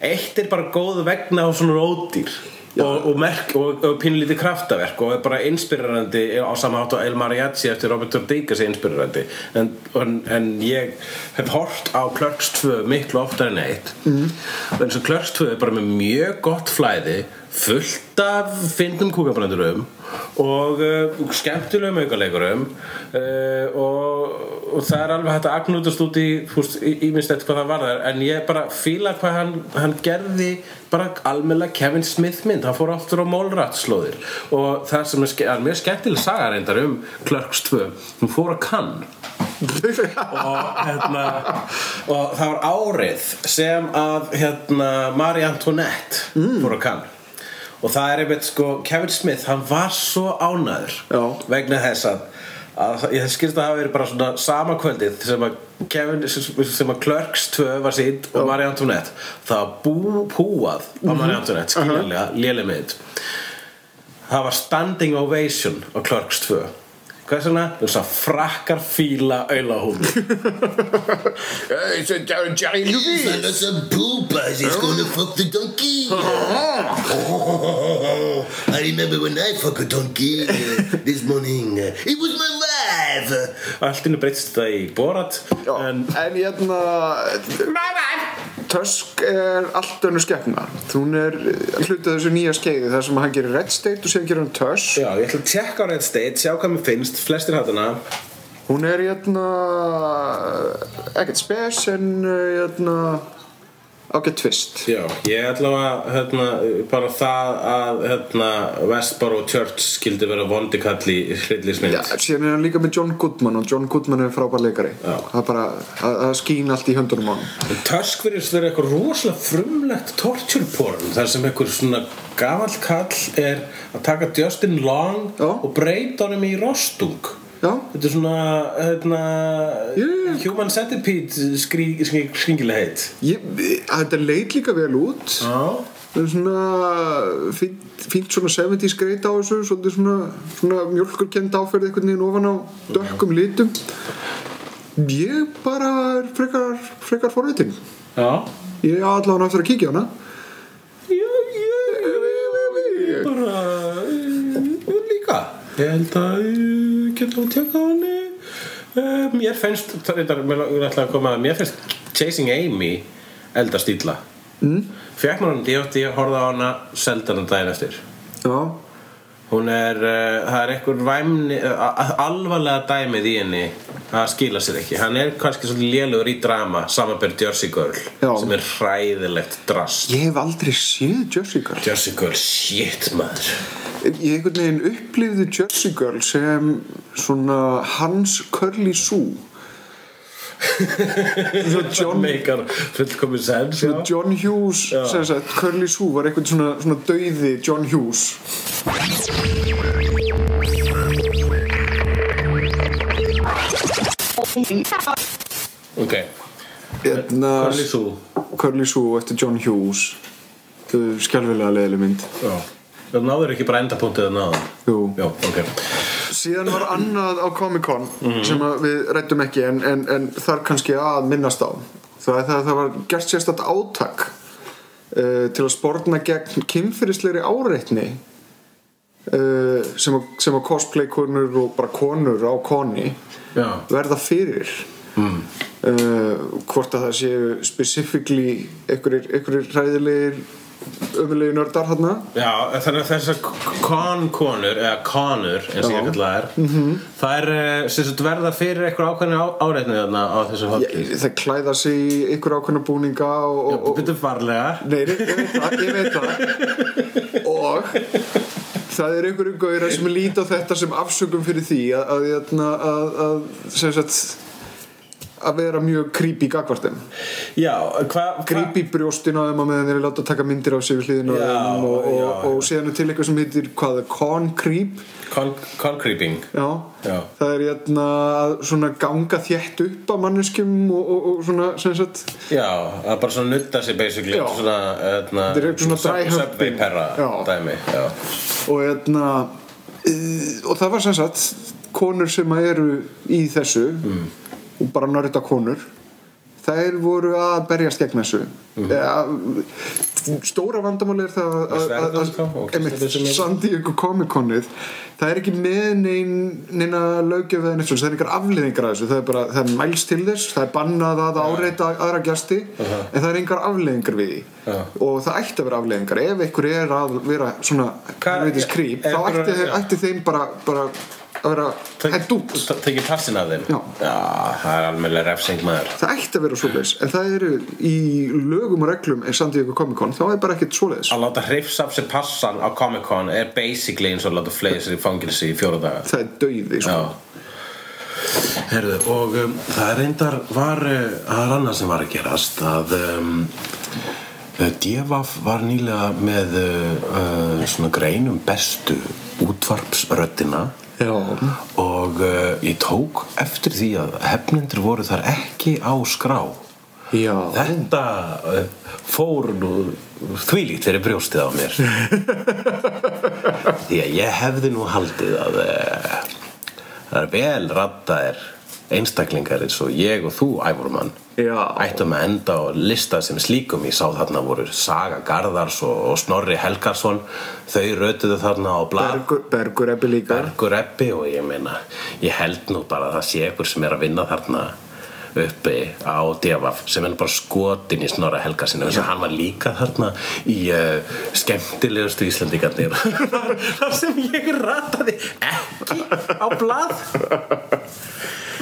B: Eitt er bara góð vegna á svona rótýr og, og, merk, og, og pínlítið kraftaverk og er bara inspirerandi á sama hátt og El Mariachi eftir Robert Rodriguez er inspirerandi en, en, en ég hef hort á Clerks 2 miklu oftar en eitt mm. en svo Clerks 2 er bara með mjög gott flæði fullt af fyndum kúkabrandurum og uh, skemmtilegum aukaleikurum uh, og, og það er alveg hægt að agnútast út í íminst eftir hvað það varðar en ég bara fíla hvað hann, hann gerði bara almennilega Kevin Smith mynd hann fór aftur á mólratslóðir og það sem er, ske- er mjög skemmtileg saga reyndar um Clerks 2 hún fór að kann og, hérna, og það var árið sem að hérna, Marie Antoinette fór að kann og það er einmitt sko Kevin Smith, hann var svo ánæður
C: Já.
B: vegna þess að að ég skilst að það hafi verið bara svona sama kvöldið sem að Kevin sem að Clerks 2 var sínt og Marie Antoinette það var bú, púað á Marie Antoinette skiljanlega, uh -huh. lélemið það var standing ovation á Clerks 2 hvað er svona? þú veist að frakkar fíla aulahúmi
C: it's a Jerry
D: Fella some poop eyes, he's gonna fuck the donkey. I remember when I fuck a donkey uh, this morning. Uh, It was my wife.
B: allt innu breytist þetta í borat
C: en,
B: en
C: en hérna Tusk er allt önnur skefna hún er hlutið þessu nýja skeiði þar sem hann gerir Red State og síðan gerir hann Tusk
B: já, ég ætla að tjekka á Red State sjá hvað mér finnst, flestir hattana
C: hún er hérna ekkert spes en hérna ágætt tvist
B: Já, ég ætla að hérna, bara það að hérna, Westboro Church skildi vera vondikall í hryllismynd
C: Já, síðan er hann líka með John Goodman og John Goodman er frábær leikari
B: Já.
C: það er bara, það það skín allt í höndunum á hann
B: En Tusk verðist vera eitthvað rosalega frumlegt torture porn þar sem einhver svona gamall kall er að taka Justin Long
C: Já.
B: og breyta honum í rostung
C: Já.
B: Þetta er svona hérna,
C: Jú.
B: human centipede skrí, skrí, skringilegheit
C: Ég, þetta leit líka vel út
B: Já
C: það er svona fínt, fínt svona 70s greit á þessu svolítið svona, svona mjölkurkend áferð einhvern veginn ofan á dökkum litum ég bara er frekar, frekar forvitin
B: Já
C: ég á allavega eftir að kíkja á hana
B: Já, já, já bara eh, líka ég held að ég geta að tjekka á henni Eh, mér finnst það er alltaf að koma að mér finnst Chasing Amy eldast illa mm. fekk maður hann djótt ég horfði á hana seldan að daginn eftir
C: já,
B: hún er, uh, það er einhver væmni uh, alvarlega dæmið í henni það skila sér ekki, hann er kannski svolítið lélugur í drama, samanbyrð Jersey Girl
C: Já.
B: sem er hræðilegt drast
C: ég hef aldrei séð Jersey Girl
B: Jersey Girl, shit maður
C: ég einhvern veginn upplifði Jersey Girl sem svona hans curly sue
B: John Maker fullkomin sens
C: Svo John Hughes, sem sagt, Curly Sue var einhvern svona, svona dauði John Hughes
B: ok,
C: Hérna,
B: Curly Sue.
C: Curly Sue eftir John Hughes Þau Skelfilega leiðileg mynd
B: já það náður ekki bara endapunktið að náða
C: Jú.
B: já, ok
C: síðan var annað á Comic-Con sem að við rættum ekki en, en, en þar kannski að minnast á það er það að það var gert sérstætt átak uh, til að sporna gegn kynfyrisleiri áreitni uh, sem, að, sem að cosplay konur og bara konur á koni
B: Já.
C: verða fyrir mm. hvort að það séu specifíkli einhverjir einhverjir hræðilegir ömulegi nördar hérna
B: Já, þannig að þessar konkonur eða konur, eins og
C: Já. Mhm.
B: ég kalla þær mm -hmm. það er eh, sem sagt verða fyrir eitthvað ákveðni áreitni þarna á þessu hótti
C: Ég- það klæða sig í einhverja ákveðna búninga og, og, og,
B: Byttu farlega
C: Nei, ég veit það, ég veit það Og það er einhverjum gauðra sem líti á þetta sem afsökum fyrir því að, að, hérna, að, að sem sagt að vera mjög creepy gagvartum
B: Já, hvað hva,
C: creepy brjóstin á þeim að meðan þeir láta taka myndir á sig við hliðin á
B: Já,
C: þeim og, og,
B: já, já.
C: og síðan er til eitthvað sem heitir hvað er con creep
B: kon, Concreeping
C: já.
B: Já.
C: það er hérna að svona ganga þétt upp á manneskjum og, og, og svona sem sagt
B: Já, það er bara svona nutta sig basically
C: Já.
B: svona, eðna,
C: Þetta er eitthvað svona dry humping.
B: Subway perra
C: Já.
B: dæmi Já,
C: og hérna eh, og það var sem sagt konur sem að eru í þessu
B: Mm.
C: og bara nörda konur þær voru að berjast gegn þessu
B: Mm-hmm.
C: mm. stóra vandamáli er það að-
B: Með
C: að-
B: sverðum, þá? Og
C: einmitt,
B: kistum þessum
C: San Diego Comic Conið það er ekki með nein, neina löggjöf eða neitt svona, það er einhver afleðingar að þessu það er bara, það er mælst til þess, það er bannað að áreita aðra gæsti en það er einhver afleðingar við því
B: Já.
C: og það ætti að vera afleðingar, ef einhver er að vera svona,
B: Hvað-
C: hvað veitis, krýp
B: er
C: þá
B: bara-
C: ætti, þeir,
B: já.
C: ætti þeim bara, bara að vera hætt út
B: Te- Tekið passin af þeim
C: Já.
B: það er alveg refsing maður
C: það ætti að vera svoleiðis, en það eru í lögum og reglum en San Diego Comic Con þá er bara ekkert svoleiðis
B: Að láta hrifsa af sér passan á Comic-Con er basically eins og að láta fleið sér í fangilsi í fjóra daga
C: það er dauði, sko.
B: Já Herðu, og um, það reyndar var uh, það er annað sem var að gerast að um, uh, Devaf var nýlega með uh, uh, svona greinum bestu útvarpsröddina
C: Já.
B: og uh, ég tók eftir því að hefnendur voru þar ekki á skrá
C: Já.
B: Þetta uh, fór nú þvílíkt fyrir brjóstið á mér Því að ég hefði nú haldið að eh, það er vel rattaðir einstaklingar eins og ég og þú, Ævormann
C: Já.
B: ættum að enda á lista sem slíkum ég sá þarna voru Saga Garðars og, og Snorri Helgarsson þau rötuðu þarna á blad
C: Bergur, Bergur ebbi líka
B: Bergur Eppi og ég meina ég held nú bara að það sé ykkur sem er að vinna þarna uppi á Devaf sem er bara skotin í Snorra Helga sinna þess að hann var líka þarna í uh, skemmtilegustu Íslandingarnir þar sem ég rataði ekki á blað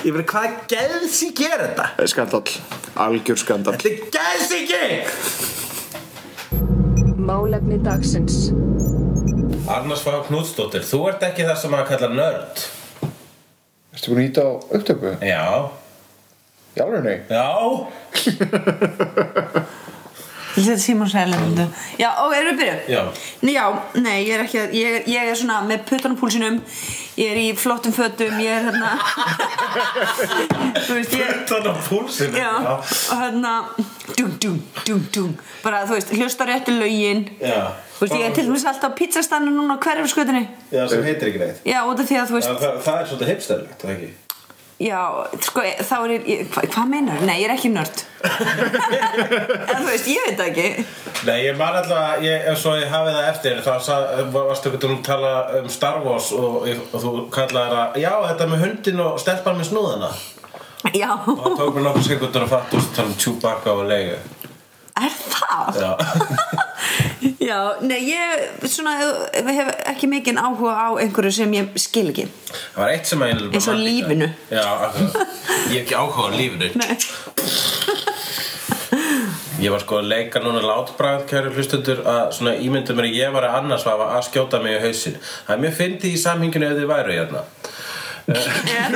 B: ég verið hvað geðs ég gera þetta
C: eh, skandall, Eh, algjör skandall
B: þetta er geðs ekki
E: Málefni dagsins.
B: Arnars Fá Knútsdóttir, þú ert ekki það sem að kalla nörd
C: Ertu búin að íta á upptöku?
B: já,
C: Í alveg nei
B: já
F: Ég seti Simon Sælendu Já, og erum við byrjuð?
B: Já.
F: Nei, Já, nei, ég er ekki að Ég, ég er svona með puttan á púlsinum Ég er í flottum fötum Ég er hérna Þú veist, ég
B: Þannig að púlsinu
F: Já, og hérna Dung, dung, dung, dung Bara, þú veist, hlusta á réttu lögin
B: Já.
F: Þú veist, ég er til dæmis alltaf á pizzastannu núna á hverfiskötunni
B: Já, sem heitir ekki neitt
F: Já, út af því að, þú veist
B: Það, það, það er svolítið hipsterlegt, það ekki?
F: Já, sko, þá er ég, ég hva- Hvað meinar? Nei, ég er ekki nörd En þú veist, ég veit það ekki
B: Nei, ég man alltaf að, ég, ef svo ég hafi það eftir þá sað, var, varstu einhvern veginn að tala um Star Wars og, og þú kallaði það Já, þetta með hundin og stelpan með snúðana
F: Já,
B: og það tók mér nokkuð sekundur að fatta og tala um Chewbacca og leigu
F: er það?
B: Já,
F: Já, nei, ég svona, hef ekki mikinn áhuga á einhverju sem ég skil ekki.
B: það var eitt sem að ég
F: Eins og
B: man líka.
F: lífinu.
B: Já, akkurat. ég hef ekki áhuga á lífinu
F: Nei.
B: Ég var sko að leika núna látbræð, kæru hlustundur, að svona ímyndum mér að ég var að annars var að skjóta mig í hausin. Það er mjög fyndið í samhenginu ef þið væru hérna.
F: En,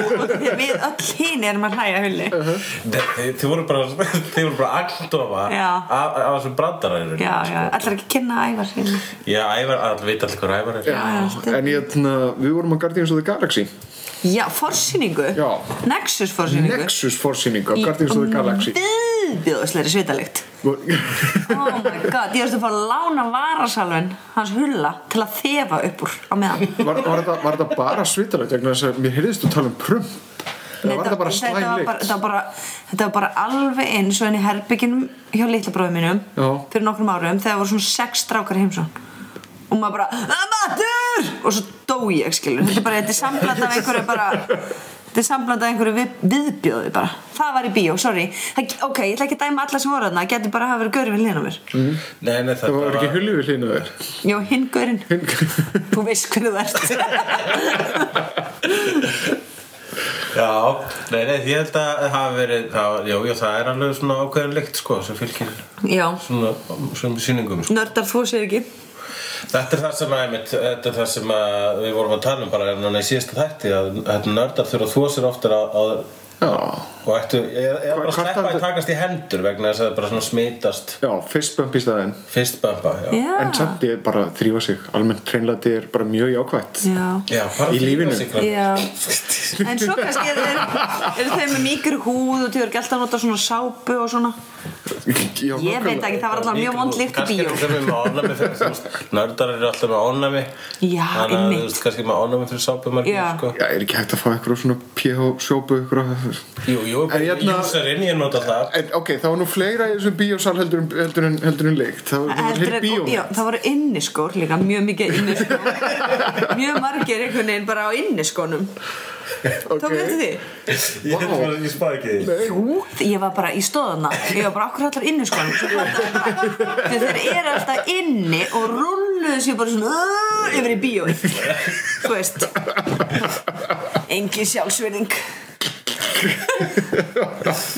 F: við öll hinn erum að hlæja hulli.
C: Uh-huh.
B: Nei, Þið, þið voru bara, þið voru bara alltofa
F: Já.
B: af af þessum brandaræður.
F: Já, já, allar ekki kynna ævar hinn.
B: Já, ævar, allir veit allir hvað ævar er.
F: Já, já, allt er-
C: En hérna, við vorum á Guardians of the Galaxy
F: Já, forsýningu.
C: Já.
F: Nexus forsýningu.
C: Nexus forsýning á
F: Í-
C: Guardians of the Galaxy
F: Við viðbjóðsleiri svitalikt Oh my god, ég ætti að fá að lána varasalven hans hulla til að þefa upp úr á meðan
C: Var, var, þetta, var þetta bara svitalegt vegna þess að mér heyrðist þú tala um prump eða var þetta bara
F: Þetta- þetta var
C: slæm
F: bara-
C: lykt?
F: Þetta var bara- þetta var bara alveg eins og henni herbygginum hjá litla bróðum mínum
C: Já.
F: fyrir nokkrum árum þegar voru svona sex strákar í heimsókn og maður bara "Það er matur! og svo dó ég skilur þetta er bara, þetta er sambland af einhverju bara þetta er sambland af einhverju við, viðbjóði bara það var í bíó, sorry það, ok, ég ætla ekki að dæma alla sem voru þarna það getur bara að hafa verið gaurið við hliðin á mér
B: Nei, nei,
C: Það
B: þetta
C: var ekki hulju við hlýna þér
F: já, hinn gaurinn, þú veist hvernig þú ert
B: Já, nei, nei, ég held að það hafi verið, það, já, já, það er alveg svona ákveðin lykt, sko, sem fylgir
F: já,
B: svona, svona sýningum, sko.
F: nördar þú segir ekki
B: Þetta er það sem að, einmitt, þetta er það sem að við vorum að tala um bara hérna í síðasta þætti, að þetta nördar þurfa að þvo sér oftar að, að
C: Já,
B: og ættu, eða, eða bara
C: Hvað- hvað
B: sleppa
C: stendur-
B: að takast í hendur vegna þess að það bara svona smitast
C: já fistbump í staðinn
B: fyrst bamba, já.
F: já,
C: En samt ég bara þrýfa sig Almennt treinlæti er bara mjög jákvætt
F: já
B: Já, bara
C: Í lífinu.
B: síkla.
F: Já, en svo kannski eru þeir, eru þeir með mýkur húð og þau eru gælt að nota svona sápu og svona
C: Já,
F: Ég veit
C: nákvæmlega.
F: ekki, það var alltaf mjög vond lykt í
B: Kannski
F: bíó
B: eru þau með ónæmi fyrir, þú veist, nördar eru alltaf með ónæmi
F: Já,
B: Þannig að þú
F: einmitt.
B: veist, kannski með ónæmi fyrir sápumarkið,
F: Já.
B: sko
C: Já, er ekki hægt að fá einhverjum svona pH sjópu einhverjum
B: Jú, jú,
C: En hérna-
B: júsarinn, ég nota það
C: En ok, það var nú fleira í þessum bíósal heldur en, heldur en, heldur en leikt Það var
F: Heldur
C: heilt
F: en-
C: bíó
F: og- já, Það voru inniskór líka, mjög mikið inniskór Mjög margir einhvern veginn bara á inniskónum
C: Ok.
F: Tók eftir því?
B: Ég held að ég spæði ekki því
F: Jú, ég var bara í stóðuna Ég var bara okkur allar inniskónum Svo fattaði ég bara, Þegar þeir eru alltaf inni og rulluðu sér bara svona "Ugh", yfir í bíói Þú veist Engi sjálfsverðing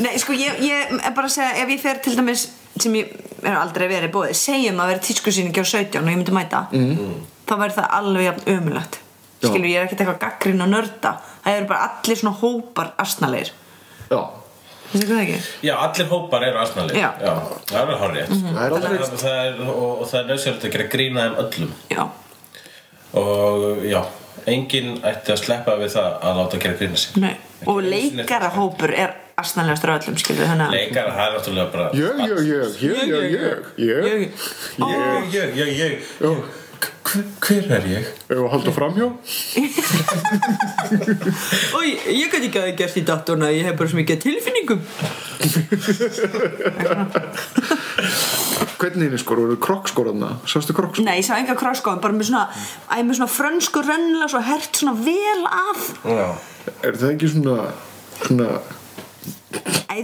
F: Nei, sko, ég, ég er bara að segja ef ég fer til dæmis sem ég er aldrei verið bóðið segjum að vera tískusýningi á 17 og ég myndi mæta mm. þá væri það alveg jafn ömulegt
C: Já.
F: skilur, ég er ekkert eitthvað gaggrín og nörda það eru bara allir svona hópar asnalegir
C: Já,
F: finnst þið hvað ekki?
B: Já, allir hópar eru asnalir
F: Já.
B: það er alveg horrið
C: það er aldrei
B: Mhm. það, það er, og, og það er nöðsjöld að gera grína þeim öllum
F: Já,
B: Og já, enginn ætti að sleppa við það að láta gera grína sig
F: nei og leikara hópur er asnalegastur á öllum skilur, þannig að
B: Leikara, það er náttúrulega bara
C: Jög, jög, jög, jög, jög, jög, jög
B: Jög, jög, jög, jög K- hver- Hver er ég?
C: Ef að halda framhjá
F: og ég, ég gæti ekki að gert í datorn að ég hef bara svo mikið af tilfinningum
C: Hvernig inni skor, voru krokkskoranna? Sástu krokkskor?
F: Nei, ég sá enga krosskóðum, bara með svona, æ, með svona frönsku rönnla svo hert svona vel af
B: Já
C: Er það ekki svona, svona
F: Æ,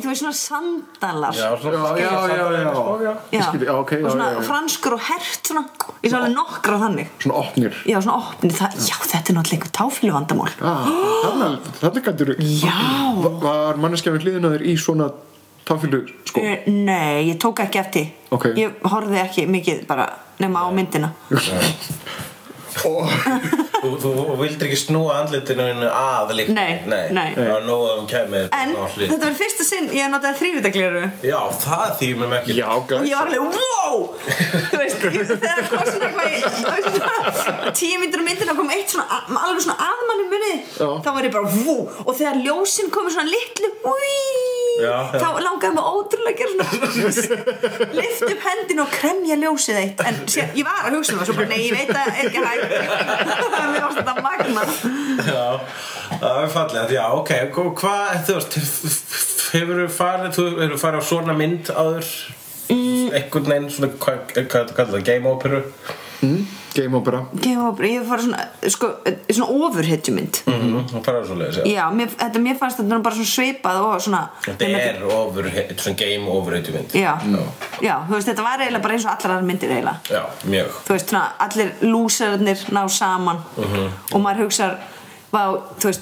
F: þú veist svona sandalar
B: Já, svona
C: Já, já, já, já, já.
B: sko.
F: Já.
C: Ég skil, já, ok, já,
F: Og svona
C: já, já.
F: franskur og hert svona Ég sá alveg nokkra þannig
C: Svona opnir
F: Já, svona opni það, já, þetta er náttúrulega einhver táfílu vandamál
C: ah, Þannig, þannig gættur
F: Já.
C: Var manneskja við hliðina þér í svona tafílu sko
F: Nei, ég tók ekki eftir
C: Ok.
F: Ég horfði ekki mikið bara nema á myndina
B: Þú, þú vildir ekki snúa andlitinu þínu að líka
F: Nei,
B: nei,
F: nei.
B: Það var nóg að hún kæmi
F: En þetta var fyrsta sinn ég notaði þrývitagliru
B: Já, það þýðum við ekki
C: Já,
F: og
C: gæt
F: ég var alveg, wow þú veist, ég- þegar kom svona eitthvað í- þú veist, svona tíu myndir og myndina kom eitt svona, alveg svona aðmanni munni
C: Já.
F: þá var ég bara, vú og þegar ljósin komið svona litlu úí,
B: Já, já.
F: þá langaði mig ótrúlega að gera svona lift upp hendin og kremja ljósið eitt en sé, ég var að hugsa um það, svo bara, nei, ég veit að er ekki hægt mér varst þetta magna
B: Já, það er fallið Já, ok, og hvað, þú veist Hefur þú farið, þú hefur farið á svona mynd áður mm. einhvern veginn, svona, hvað hvað- hvað kallar það, game operu
C: Game opera
F: ég var bara, ég var svona, sko, svona ofurhetjumynd
B: mm -hmm. og farið á svo leiðis, já
F: Já, mér, þetta, mér fannst þetta nú bara svona svipað og svona
B: Þetta er over, svona game over heitu mynd
F: Já, já, þú veist, þetta var eiginlega bara eins og allar aðrar myndir eiginlega
B: Já, mjög
F: Þú veist, svona, allir lúsararnir ná saman
B: Mhm.
F: og maður hugsar, vá, þú veist,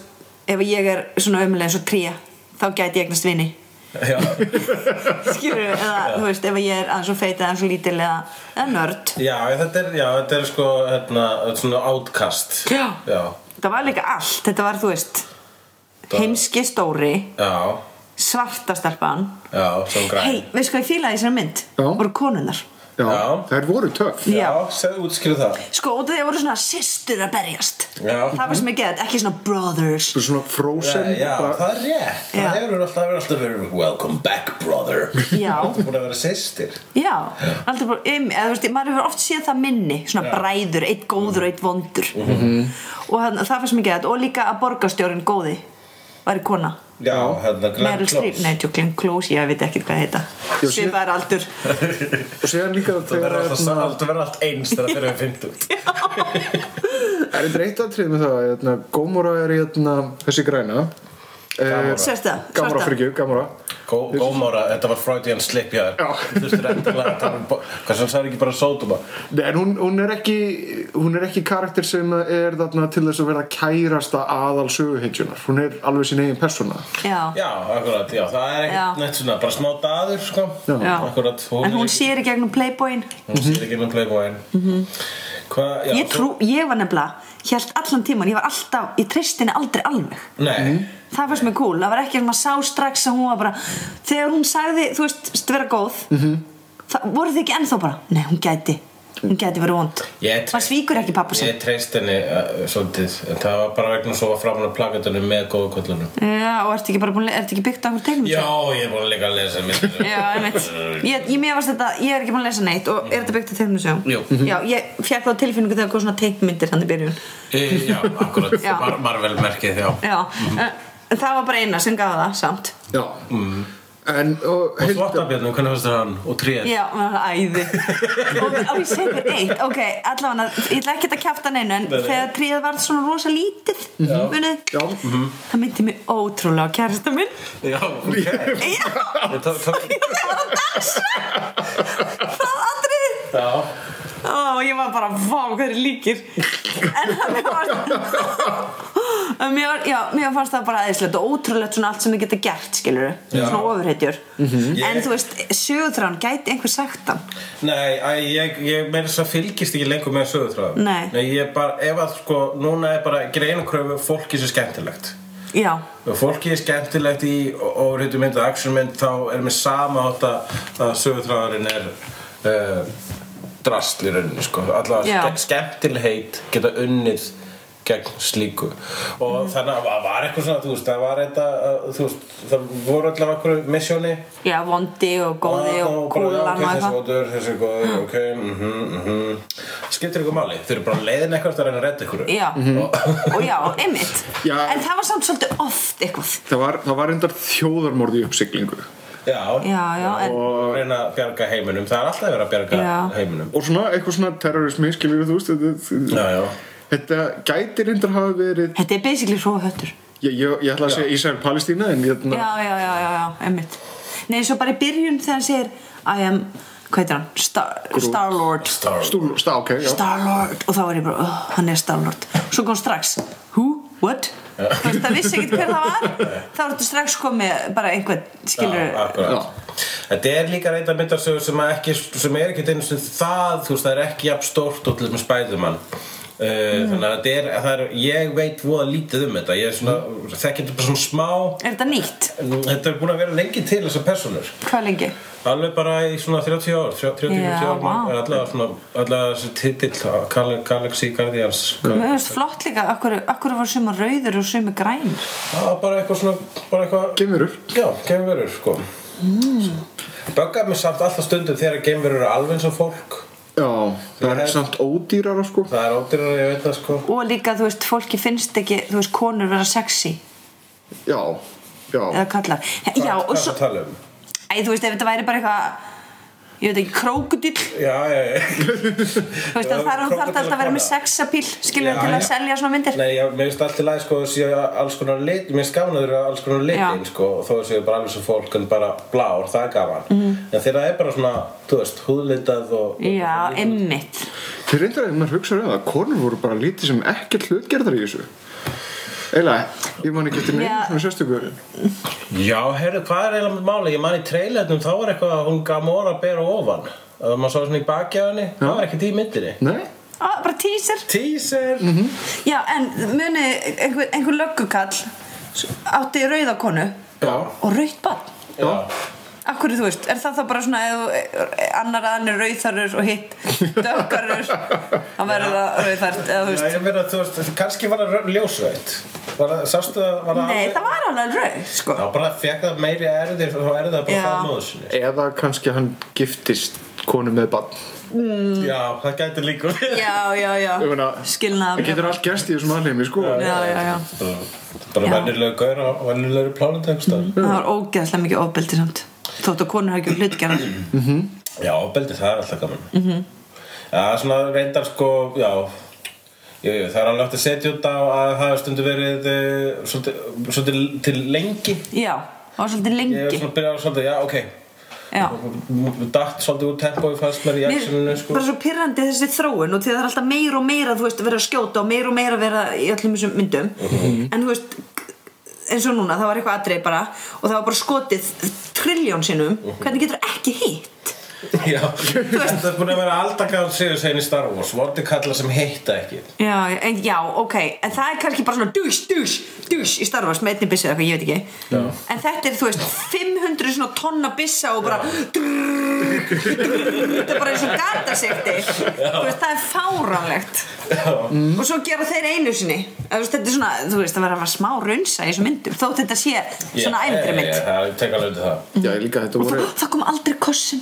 F: ef ég er svona ömulega eins og tríja, þá gæti ég eignast vini
B: Já,
F: Skilur, eða, þú veist, ef ég er aðeins og feita, aðeins og lítil eða, eða nörd
B: já þetta er, já, þetta er sko, hérna, svona outcast
F: Já.
B: Já,
F: Það var líka allt, þetta var, þú veist, heimski stóri,
B: já,
F: svarta stelpan
B: já, svona græn
F: Hei, veistu hvað ég fílaði í þessari mynd?
C: Já.
F: Voru konunnar
C: Já,
B: Já.
C: þær voru töff
F: Já.
B: segðu útskýrðu það
F: Sko, og það voru svona systur að berjast
B: Já. Eh,
F: Það var sem ég get, ekki svona brothers
C: Svo svona frozen
B: Já, já,
C: bara,
B: það er rétt
F: Já.
B: Það hefur alltaf, hefur alltaf verið Welcome back brother
F: Já.
B: Það er búin að vera sýstir
F: Já, aldrei bara, um, eða, þú veist, maður hefur oft séð það minni Svona bræður, eitt góður og eitt vondur
B: Mhm.
F: Og hann, það fannst mér geðað Og líka að borgarstjórin góði Væri kona
B: Já, hérna Glenn
F: Meryl Streep,
B: Close
F: nei, tjóklinn Close, ég veit ekki hvað það heita
C: Jú, sé-
F: Svipaðar aldur
C: Og séðan líka
B: Það
C: þegar
B: verður alltaf
C: hérna-
B: það verður allt eins þegar þeir eru fyndugt
C: Er þetta eitt aðtrið með það hérna, Gómora er hérna, þessi græna
F: Eh,
C: Gamora
F: Sérsta,
C: Gamora
F: svarta.
C: fyrir ekki, Gamora
B: Gó, Gómóra, þetta var Freudian slip hjá þér
C: Já.
B: Þú þurftir endilega að tala um bo- Hvað sem sagði ekki bara sótuma
C: Nei, en hún, hún, er ekki, hún er ekki karakter sem er þarna til þess að vera kærasta aðal söguhyggjunar Hún er alveg sín eigin persóna
F: Já,
B: Já, akkurat, já, það er
F: Já.
B: ekkert neitt svona Bara smá daður, sko
C: Já.
F: Já.
B: Akkurat,
F: en hún sér í gegnum Playboyin
B: Hún sér ekki inn á Playboyin Hvað, já
F: Ég
B: svo-
F: trú, ég var nefnilega, hélt allan tíman Ég var alltaf, ég treysti henni aldrei alveg
B: Nei,
F: Það fannst mér cool, það var ekki að maður sá strax að hún var bara Þegar hún sagði, þú veist, vera góð Það voru þið ekki ennþá bara Nei, hún gæti, hún gæti verið vond
B: Ég-
F: Maður svíkur ekki pappa sinn
B: ég treyst henni uh, svolítið En það var bara vegna svo að framan að plakatunum með góðu kvöllunum
F: Já, og ertu ekki bara búin, ertu ekki byggt á einhver tegnum
B: Já, ég er búin að líka að lesa mér
F: Já, einmitt Ég, ég, mér varst þetta, ég er ekki búin að lesa neitt og er þetta byggt á teiknumsögum?
B: Jú.
F: Já, ég fekk þá tilfinningu þegar það var svona teiknmyndir hann í byrjun
B: e, Já, akkurat,
F: Já.
B: Mar Marvel merkið, já
F: Já,
B: Mhm.
F: Eh, en það var bara eina sem gaf það samt
C: Já En, og,
B: Og
C: heild-
B: þvottabjörnum, hvernig fannst þér hann? Og tréð
F: Já, það var æði Og og ég segir eitt, ok, allavega Ég ætla ekki að kjafta neinu en
B: Nei, nei.
F: þegar tríð var svona rosa lítið
B: Já. Mhm.
F: munið,
C: Já,
F: Það myndi mig ótrúlega á kærasta minn
B: Já, ok
F: Já,
B: Ég tók- tók-
F: það var að dansa Það var atrið
B: Já,
F: Ó, ég var bara, vá, hvað er líkir En það mér fannst En mér, já, mér fannst það bara aðeinslegt og ótrúlegt svona allt sem ég geta gert, skilur
B: Já. Mhm.
F: Svona ofurhetjur En
B: Ég-
F: þú veist, sögutráðan gæti einhver sagt hann
B: nei, æ, ég, ég meira þess að fylgist ekki lengur með sögutráðum
F: Nei.
B: Nei, ég er bara, ef að sko, núna er bara greinakröfu fólki sem skemmtilegt
F: Já,
B: Ef fólki er skemmtilegt í ofurhutu mynd og actionmynd þá er mér sama átt að, að sögutráðurinn er uh, drast í rauninni sko.
F: Já.
B: allavega ske- skemmtilheit geta unnið gegn slíku og
F: Mhm.
B: þannig að það var eitthvað svona þú veist, það var þetta uh, þú veist, það voru allavega okkur misjóni Ah,
F: já, vondi og góði og kúlan og
B: og
F: eitthvað
B: eitthvað þessi er góður, ok, mhm, mhm skiptir ykkur máli, þau eru bara leiðin eitthvað að reyna að redda ykkur
F: Já, og já, einmitt
C: Já.
F: En það var samt svolítið oft eitthvað
C: það var, það var endar þjóðarmorð í uppsiglingu
B: Já,
F: Já, já, en-
B: og reyna að bjarga heiminum Það er alltaf verið að bjarga
F: Já.
B: heiminum
C: Og svona, eitthvað svona terrorismi, skilur þú veist þetta,
B: Já, já
C: þetta gæti reyndar hafa verið
F: Þetta er basically svo höttur
C: Ég, ég, ég ætla að segja Ísrael-Palestína en hérna- ég,
F: já, já, já, já, já, einmitt Nei, svo bara í byrjun þegar hann segir I am, hvað heitir hann? Star, Starlord
C: stúl, stá, ok, já.
F: Starlord og þá var ég bara, oh, hann er Starlord svo kom strax, who, what þú veist, það vissi ekkert hver það var þá var þetta strax komið bara einhvern skilur,
B: Já, akkurat. Þetta er líka reynda myndarsögur sem, að ekki, sem er ekkert einu sem það, þú veist, það er ekki jafn stórt og til þess með spæðumann. Uh,
F: Mm.
B: Þannig að þetta er, það er, ég veit voða lítið um þetta, ég er svona, mm. þekkir þetta bara svona smá,
F: er þetta nýtt?
B: þetta er búin að vera lengi til þessar personur.
F: hvað lengi?
B: Alveg bara í svona 30 ár, 30-40
F: Já,
B: ár,
F: vá.
B: er allavega svona, allavega þessi titill, Gal- Galaxy Guardians.
F: mér finnst flott líka, akkur, akkur var sumar rauður og sumar græn
B: Það var bara eitthvað svona, bara eitthvað...
C: Geimverur.
B: Já, geimverur, sko. Mm. Böggar mig samt alltaf stundum þegar geimverur eru alveg eins og fólk.
C: Já, það
B: Það
C: er
B: er-
C: samt ódýrar sko.
B: Það er ódýrar, ég veit það, sko.
F: og líka, þú veist, fólki finnst ekki þú veist, konur vera sexy
C: Já, já,
F: eða kallar já, og
B: hvað
F: svo,
B: er það að tala um?
F: æ, þú veist, ef þetta væri bara eitthvað ég veit ekki, krókudill
B: Já, já, já.
F: þú veist,
B: Já,
F: þar þarf
B: krókódíll
F: alltaf að vera
B: kona.
F: með sexapíl skilur
B: Já,
F: til að
B: já.
F: selja svona myndir
B: Nei, já, mér finnst allt í lagi, sko, að séu alls konar lit, mér finnst gaman að þau eru alls konar litin,
F: Já.
B: sko, og þó að séu bara alveg sem fólk en bara blár, það er gaman. Mm.
F: Mhm.
B: En þeirra er bara svona, þú veist, húðlitað og...
F: já, emmitt
C: þeir reyndar að maður hugsa um það konur voru bara lítið sem ekkert hlutgerðar í þessu eiginlega, ég man ekki eftir neina
F: Já.
C: svona sérstöku
B: Já, heyrðu, hvað er eiginlega máli? Ég man í trailerunum, þá var eitthvað að hún Gamora ber að ofan. Það maður sá svona í baki á henni, það var ekkert í myndinni.
C: Nei,
F: ah, bara teaser
B: Teaser
F: Mhm. já, en muni einhver, einhver löggukall átti rauðakonu
B: Já,
F: og rauðt bann
B: já
F: Akkur, þú veist, er það þá bara svona eða annar aðan er rauðarur og hitt dökkarur þá verður það rauðart eða,
B: Já,
F: þú veist,
B: ég meina, þú veist, kannski var það ljósrætt Var það, sástu það, var það
F: Nei, það var alveg rauð, sko
B: Já, bara fekk það meiri erðir þá er það bara
F: Já.
B: það móður sinni
C: Eða kannski hann giftist konu með barn
B: Já, það gæti líka verið.
F: Mm. Já, já, já,
C: Ég meina,
F: skilnað
C: Það getur allt gerst í þessum aðlimi, sko
F: Já, já, já
B: Bara
F: Já. Mhm.
B: venjulegu gaur á venjulegu plánundu einhverstað
F: Það var ógeðslega mikið ofbeldi samt Þótt að konur hafa ekki verið hlutgerðar
B: Já, ofbeldi, það er alltaf gaman
F: Mhm.
B: Já, svona reyndar sko, já Jú, jú, það er alveg hægt að setja út á að það hefur stundu verið eh, svolítið, svolítið til lengi
F: Já, það var svolítið
B: Ég hef
F: lengi
B: svona byrjað svolítið, já, ok
F: Já
B: Datt svolítið úr tempói fannst mér í
F: Mér
B: actioninu sko
F: bara svo pyrrandi þessi þróun og því að það er alltaf meira og meira þú veist, verið að skjóta og meira og meira verið að- í öllum þessum myndum
B: Mhm.
F: en þú veist eins og núna, það var eitthvað atrið bara og það var bara skotið triljón sinnum
B: Mhm.
F: hvernig getur það ekki hitt?
B: Já, þetta er búin að vera aldakáð síður segni Star Wars, vondi kalla sem heita ekki
F: Já, en, já, ok en það er kannski bara svona dusch, dusch, dusch í starfars með einni byssu eða eitthvað, ég veit ekki já. en þetta er, þú veist, 500 svona tonna byssa og bara drrrr, drrrr, þetta er bara eins og gatasekti þú veist, það er fáránlegt og svo gera þeir einu sinni Eða, þú veist, þetta er svona, þú veist, það verður að vera smá runsa í þessum myndum, þótt þetta sé svona ævindri mynd
B: Já, já, já, ég tek alveg undir það
C: Já, líka þetta voru
F: það kom aldrei kossin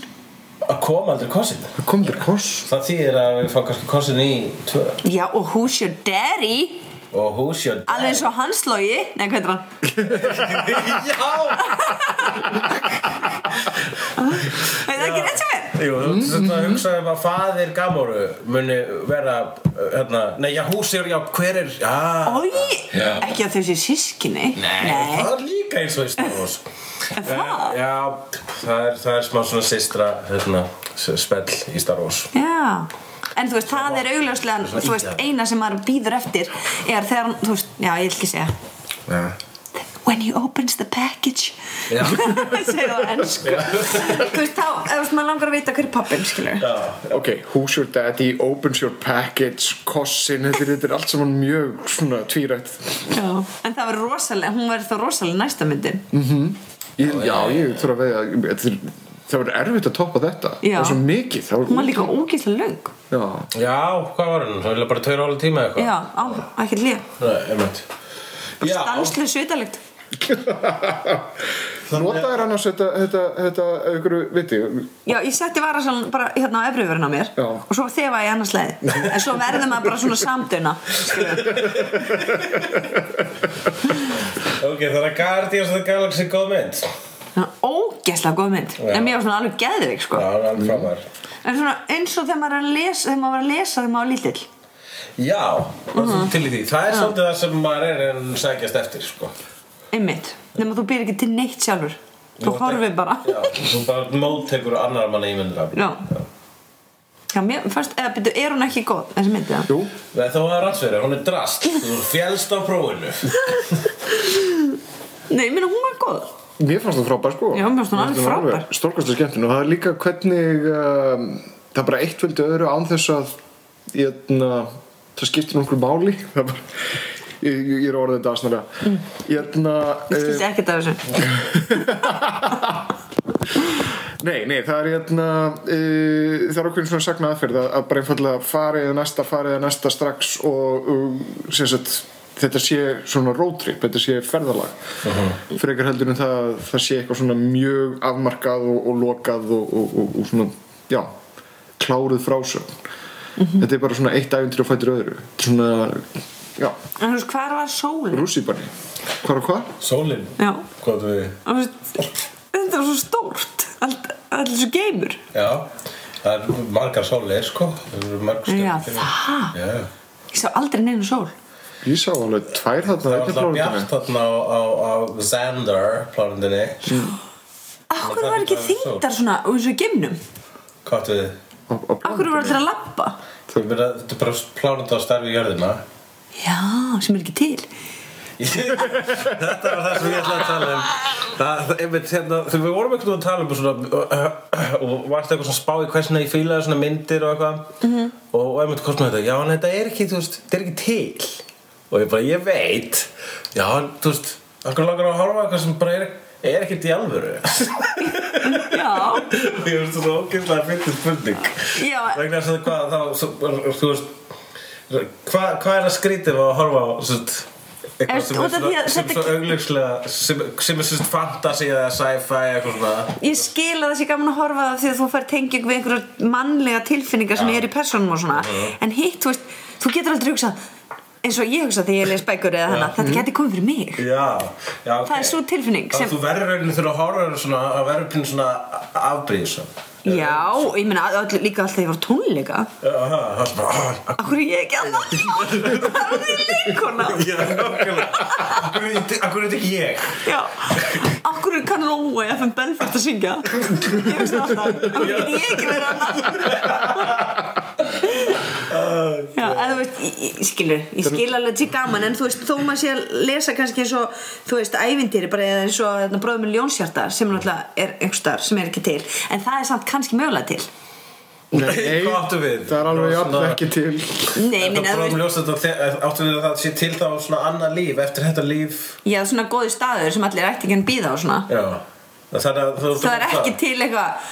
B: Að koma aldrei kosin
C: Það kom þér koss
B: Það þýðir að við fáum kannski kosin í tvö
F: já, og who's your daddy
B: Og who's your dad?
F: alveg eins og hans logi, nei, hvað er hann?
B: Já!
F: Nei, það er ekki rétt sem er
B: Jú, þú veist þetta að hugsa um að faðir Gamoru muni vera, uh, hérna, nei, já, hús er, já, hver er, já
F: Ói,
B: Já.
F: ekki að þau séu sískinni
B: Það er líka eins og í Star Wars
F: Er það?
B: Eh, Já, það er, það er smá svona systra, hérna, spell í Star Wars
F: Já En þú veist, það er augljóslega, þú veist, eina sem maður býður eftir er þegar, hann- þú veist, já, ég vil ekki segja
B: Já
F: When he opens the package
B: Já.
F: Segðu það á ensku Þú veist, þá, eða þú veist, maður langar að vita hver er pappin, skilur
C: Ok, who's your daddy, opens your package, kossin, þetta, er- þetta er allt saman mjög svona tvírætt.
F: Já En það verður rosalega, hún verður þá rosalega næsta myndin
C: Ég, já, ég þurfa að vega, þetta er, það var erfitt að toppa þetta.
F: Já.
C: Það var svo mikið. Það
F: Hún var líka ógeðslega löng
C: Já,
B: Já, hvað var hann? Það var bara tveir og hálf tíma eða eitthvað?
F: Já, á, ekkert líka
B: Nei, einmitt. Já,
F: Stanslega svitalegt
C: notaður annars þetta, þetta, þetta, ykkur, viti,
F: Já, ég setti varasalinn bara hérna á efriðurinn á mér
C: Já.
F: og svo þefa ég annars leið en svo verður maður bara svona samduna
B: ok, það er Guardians of the Galaxy góð mynd. Já,
F: ógeðslega góð mynd en mér var svona alveg geðvig sko.
B: það er alveg framar.
F: en svona eins og þegar maður er að lesa þegar maður var að lesa þegar maður var lítill
B: Já, mm
F: Mhm.
B: til í því. Það er svolítið það sem maður er en sækjast eftir, sko.
F: einmitt, nema þú býr ekki til neitt sjálfur þú
B: Nú,
F: horfir bara
B: Já, þú bara móttekur annar manna ímyndir
F: Já. Já, mér fannst, eða byrju, er hún ekki góð þessi myndi það?
C: jú,
B: Nei, þá var það rannsverið, hún er drast. Þú fjælst á prófinu.
F: Nei, ég minna hún var góð
C: mér fannst það frábær sko.
F: Já, mér fannst hún alveg frábær.
C: Storkastu skemmtun og það er líka hvernig, um, það er bara eitt veldi öðru án þess að, jötna, það skiptir nokkur máli. Það er bara, ég, ég ég er Hérna, orðið þetta aðsnalega. Mm. Jötna,
F: Ég
C: eh,
F: skilst ekki það þessu
C: Nei, nei, það er hérna uh, það er okkur svona sakna aðferð að, að bara einfallega farið eða næsta, farið eða næsta strax og uh, sem sagt þetta sé svona roadtrip, þetta sé ferðalag
B: Mhm.
C: frekar heldur en það að það sé eitthvað svona mjög afmarkað og, og lokað og, og, og, og svona, já kláruð frásögn
B: Mhm.
C: þetta er bara svona eitt ævendur og fættur öðru Þetta er svona, já,
F: En þú veist, hvar var sólin?
C: rússibanni hvað og hvað?
B: Sólin.
F: Já,
B: Hvað við?
F: þú veist, þetta var svo stórt Allt, allt svo geimur
B: Já, það er margar sólir, sko. Það eru margar
F: Já,
B: skemmtilegar.
F: það
B: Já.
F: Ég sá aldrei neina sól
C: Ég sá alveg tvær þarna
B: Það var
C: einni
B: alltaf
C: plánunni.
B: bjart þarna á, á, á Xander plánundinni
F: Akkur
B: það
F: var
B: er
F: ekki
B: bara sól.
F: þýndar svona og eins og í geimnum
B: Hvað áttu þið?
C: Á- á
F: Akkur
C: plánundinni.
F: var allir að labba
B: Ég meina, Þetta er bara plánund á starfi í jörðina
F: Já, sem er ekki til
B: Þetta var það sem ég ætlaði að tala um Það, það- einmitt, hérna, þegar við vorum einhvern veginn að tala um svona uh, og varst eitthvað svona spá í hversna ég fílaði svona myndir og eitthvað og, og einmitt hvort maður þetta Já, en þetta er ekki, þú veist, þetta er ekki til og ég bara, ég veit Já, en, þú veist, okkur langar að horfa á eitthvað sem bara er, er ekkert í alvöru
F: Já,
B: Ég veist það ógeðslega fyndið spurning
F: Já.
B: Vegna þess að hvað þá svo- Þú veist Hvað hva er að skrítið að horfa á svart,
F: Er-
B: eitthvað sem
F: út
B: er,
F: af því
B: svona,
F: að
B: sem er
F: þetta-
B: svo augljóslega sem, sem er svona fantasy eða sci-fi eitthvað svona
F: ég skil að það sé gaman að horfa á það því að þú fær tengjum við einhverjar mannlega tilfinningar sem er í personum og svona en hitt, þú veist, þú getur aldrei hugsað eins og ég hugsa þegar ég les bækur eða hana þetta geti komið fyrir mig
B: Já, Mhm. já
F: það er svo tilfinning
B: sem...
F: sem,
B: Þú verður rauninni þurfa að horfa á þetta svona að verður pínu svona afbrýðisam
F: já, og ég meina öll, líka alltaf ég var á tónleika
B: Það er bara "Ah,
F: af hverju er ég ekki að það það er því leikona
B: Já, okkurlega Akkur er þetta ekki ég
F: já, af hverju kann Róa í FM Belfast að syngja ég veist alltaf, af hverju get ég ekki verið annað Já, eða þú veist, ég, ég skilur, ég skil alveg til gaman en þú veist, þó maður sé að lesa kannski eins og, þú veist, ævindýri bara eða eins og hérna, þarna, bróðum með ljónsjarta sem er náttúrulega er einhver staðar sem er ekki til en það er samt kannski mögulega til
C: Nei,
B: Hvað áttu við?
C: það er alveg jafn
B: Svona-
C: ekki til
F: Nei,
B: Þetta
F: minn, eða,
B: bráðum
F: þú veist,
B: ljóst þetta þe- áttu við að það sé til þá svona annað líf eftir þetta líf
F: já, svona góði staður sem allir ætti ekki að býða á svona
B: Já Það er, það,
F: það er ekki til eitthvað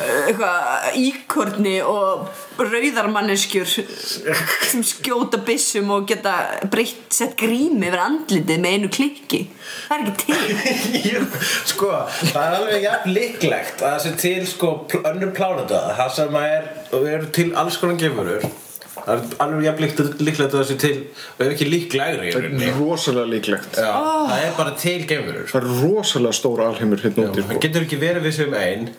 F: eitthvað íkorni og rauðarmanneskjur sem skjóta byssum og geta breytt sett grími yfir andlitið með einu klikki það er ekki til
B: Jú, sko, það er alveg jafn líklegt að það sé til sko pl- önnur plánata það sem að er, og við erum til alls konar gefurur það er alveg jafn líklegt, líklegt að það sé til og ef ekki líklegri í
C: Það
B: rauninni.
C: er rosalega líklegt
B: Já, það er bara til gefurur sko.
C: Það er rosalega stór alheimur hérna úti
B: það
C: sko.
B: getur ekki verið við sem ein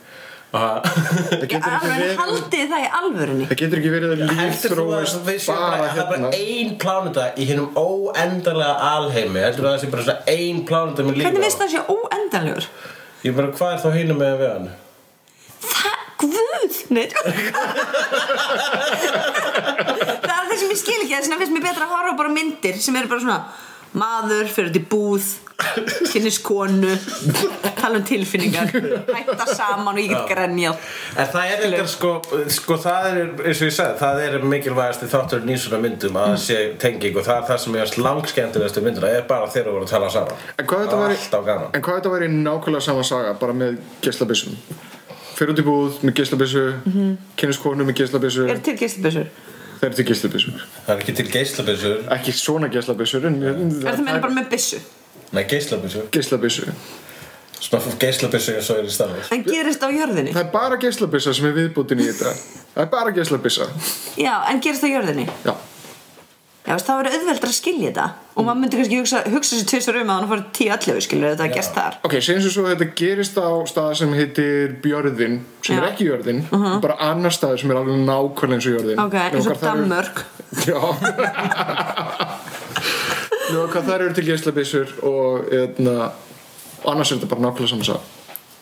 C: Það
F: Ég
C: getur ekki
F: alveg
C: verið
F: haldið það í alvörunni
C: Það getur ekki verið að líf
B: Heldur þú að
C: þróist
B: við séum bara,
C: bara
B: það er bara
C: hérna
B: ein pláneta í hinnum óendarlega alheimi Heldur þú að það sé bara svona ein pláneta með líf
F: hvernig veist það sé óendanlegur
B: Ég bara, hvað er þá hinum með við hann?
F: það, guð nei, tjók. það er það sem ég skil ekki þess vegna finnst mér betra að horfa á bara myndir sem eru bara svona maður, fyrir út í búð kynnist konu tala um tilfinningar hætta saman og ég get grenja
B: En það er eitthvað, sko, sko, það er, eins og ég sagði, það er mikilvægasti þátturinn í svona myndum að
C: Mm.
B: það sé tenging og það er það sem er langskemmtilegastu myndur það er bara þegar þú voru að tala saman
C: En hvað þetta væri
B: Alltaf gaman
C: En hvað þetta væri nákvæmlega sama saga bara með geislabissum Fyrir út í búð með geislabissu mm -hmm. Kynniskonu með geislabissu
F: Mhm. er til gistibessur
C: Það eru til geislabissu
B: Það er ekki til geislabissur
C: Ekki svona geislabissur en
F: er það meina bara með byssu
B: Nei, geislabissur
C: Geislabissu
B: Svona geislabissur eins og er í staðar
F: en gerist það á jörðinni
C: Það er bara geislabissa sem er viðbútin í þetta Það er bara geislabissa
F: já, en gerist það á jörðinni
C: Já
F: Já, veist, það verður auðveldur að skilja þetta og maður myndi kannski hugsa, hugsa sér tvistur um að hann fór tíu allu skilur þetta að gerst þar
C: Ok, segjum sem svo að þetta gerist á stað sem heitir Björðin, sem
F: Já. Mhm.
C: er ekki Jörðin bara annar stað sem er alveg nákvæmlega eins og Jörðin
F: ok, eins og Danmörk
C: Já Nú, hvað þar eru til geislabissur og eðna, annars er þetta bara nákvæmlega saman sá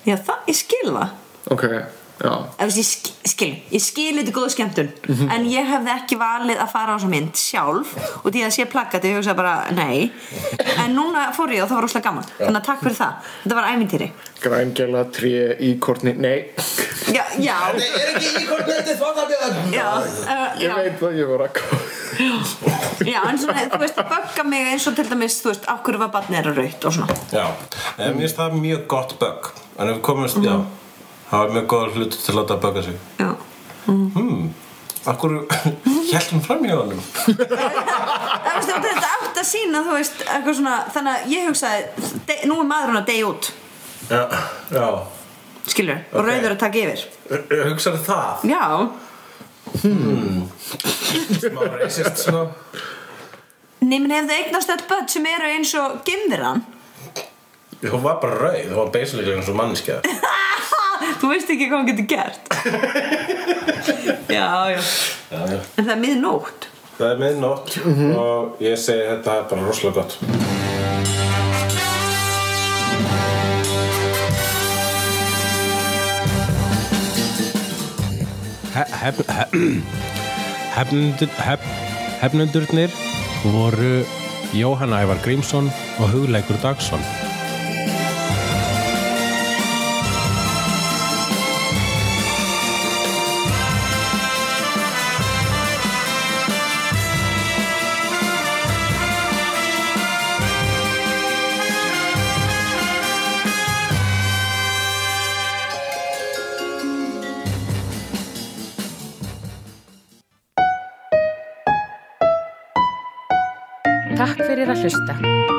F: Já, það, ég skil það
C: Ok, já
F: Ef þú veist, Ég skil, skil, ég skil þetta er góð skemmtun En ég hefði ekki valið að fara á þessa mynd sjálf Og því að sé plakkat Ég hugsaði bara, nei En núna fór ég og það var óslega gaman Þannig að takk fyrir það, þetta var ævintýri
C: Grængela, tré, íkorni, nei
F: Já, já,
G: Nei, er ekki íkorn þetta þvottabjörn?
F: já, uh,
C: Ég
F: já,
C: veit það, ég var að koma
F: já En svona, þú veist, það bögga mig eins og til dæmis Þú veist, af hverju var barnið er að raut og svona
B: Já, en mér finnst það mjög gott bögg En ef við komumst,
C: Mhm.
B: já Það var mjög góð hlut til að láta bögga sig
F: Já
B: Hmm, akkur Hjæltum fram í honum
F: Það veist, og þetta átt að sína, þú veist, eitthvað svona Þannig að ég hugsaði, de- nú er maðurinn að deyja út
B: Já, já
F: Skilur, og
B: Ok.
F: rauður að taka yfir
B: Hugsaðu það?
F: Já,
B: Smá racist sko. smá
F: Nei, menn ef þau eignast öll börn sem eru eins og gimðirann
B: Hún var bara rauð, hún var basically eins og mannskja
F: Þú veist ekki hvað hann getur gert Já, já En það er miðnótt
B: Það er miðnótt og ég segi þetta er bara rosalega gott Hefnundurnir voru Jóhann Ævar Grímsson og Hugleikur Dagsson
A: Takk fyrir að hlusta.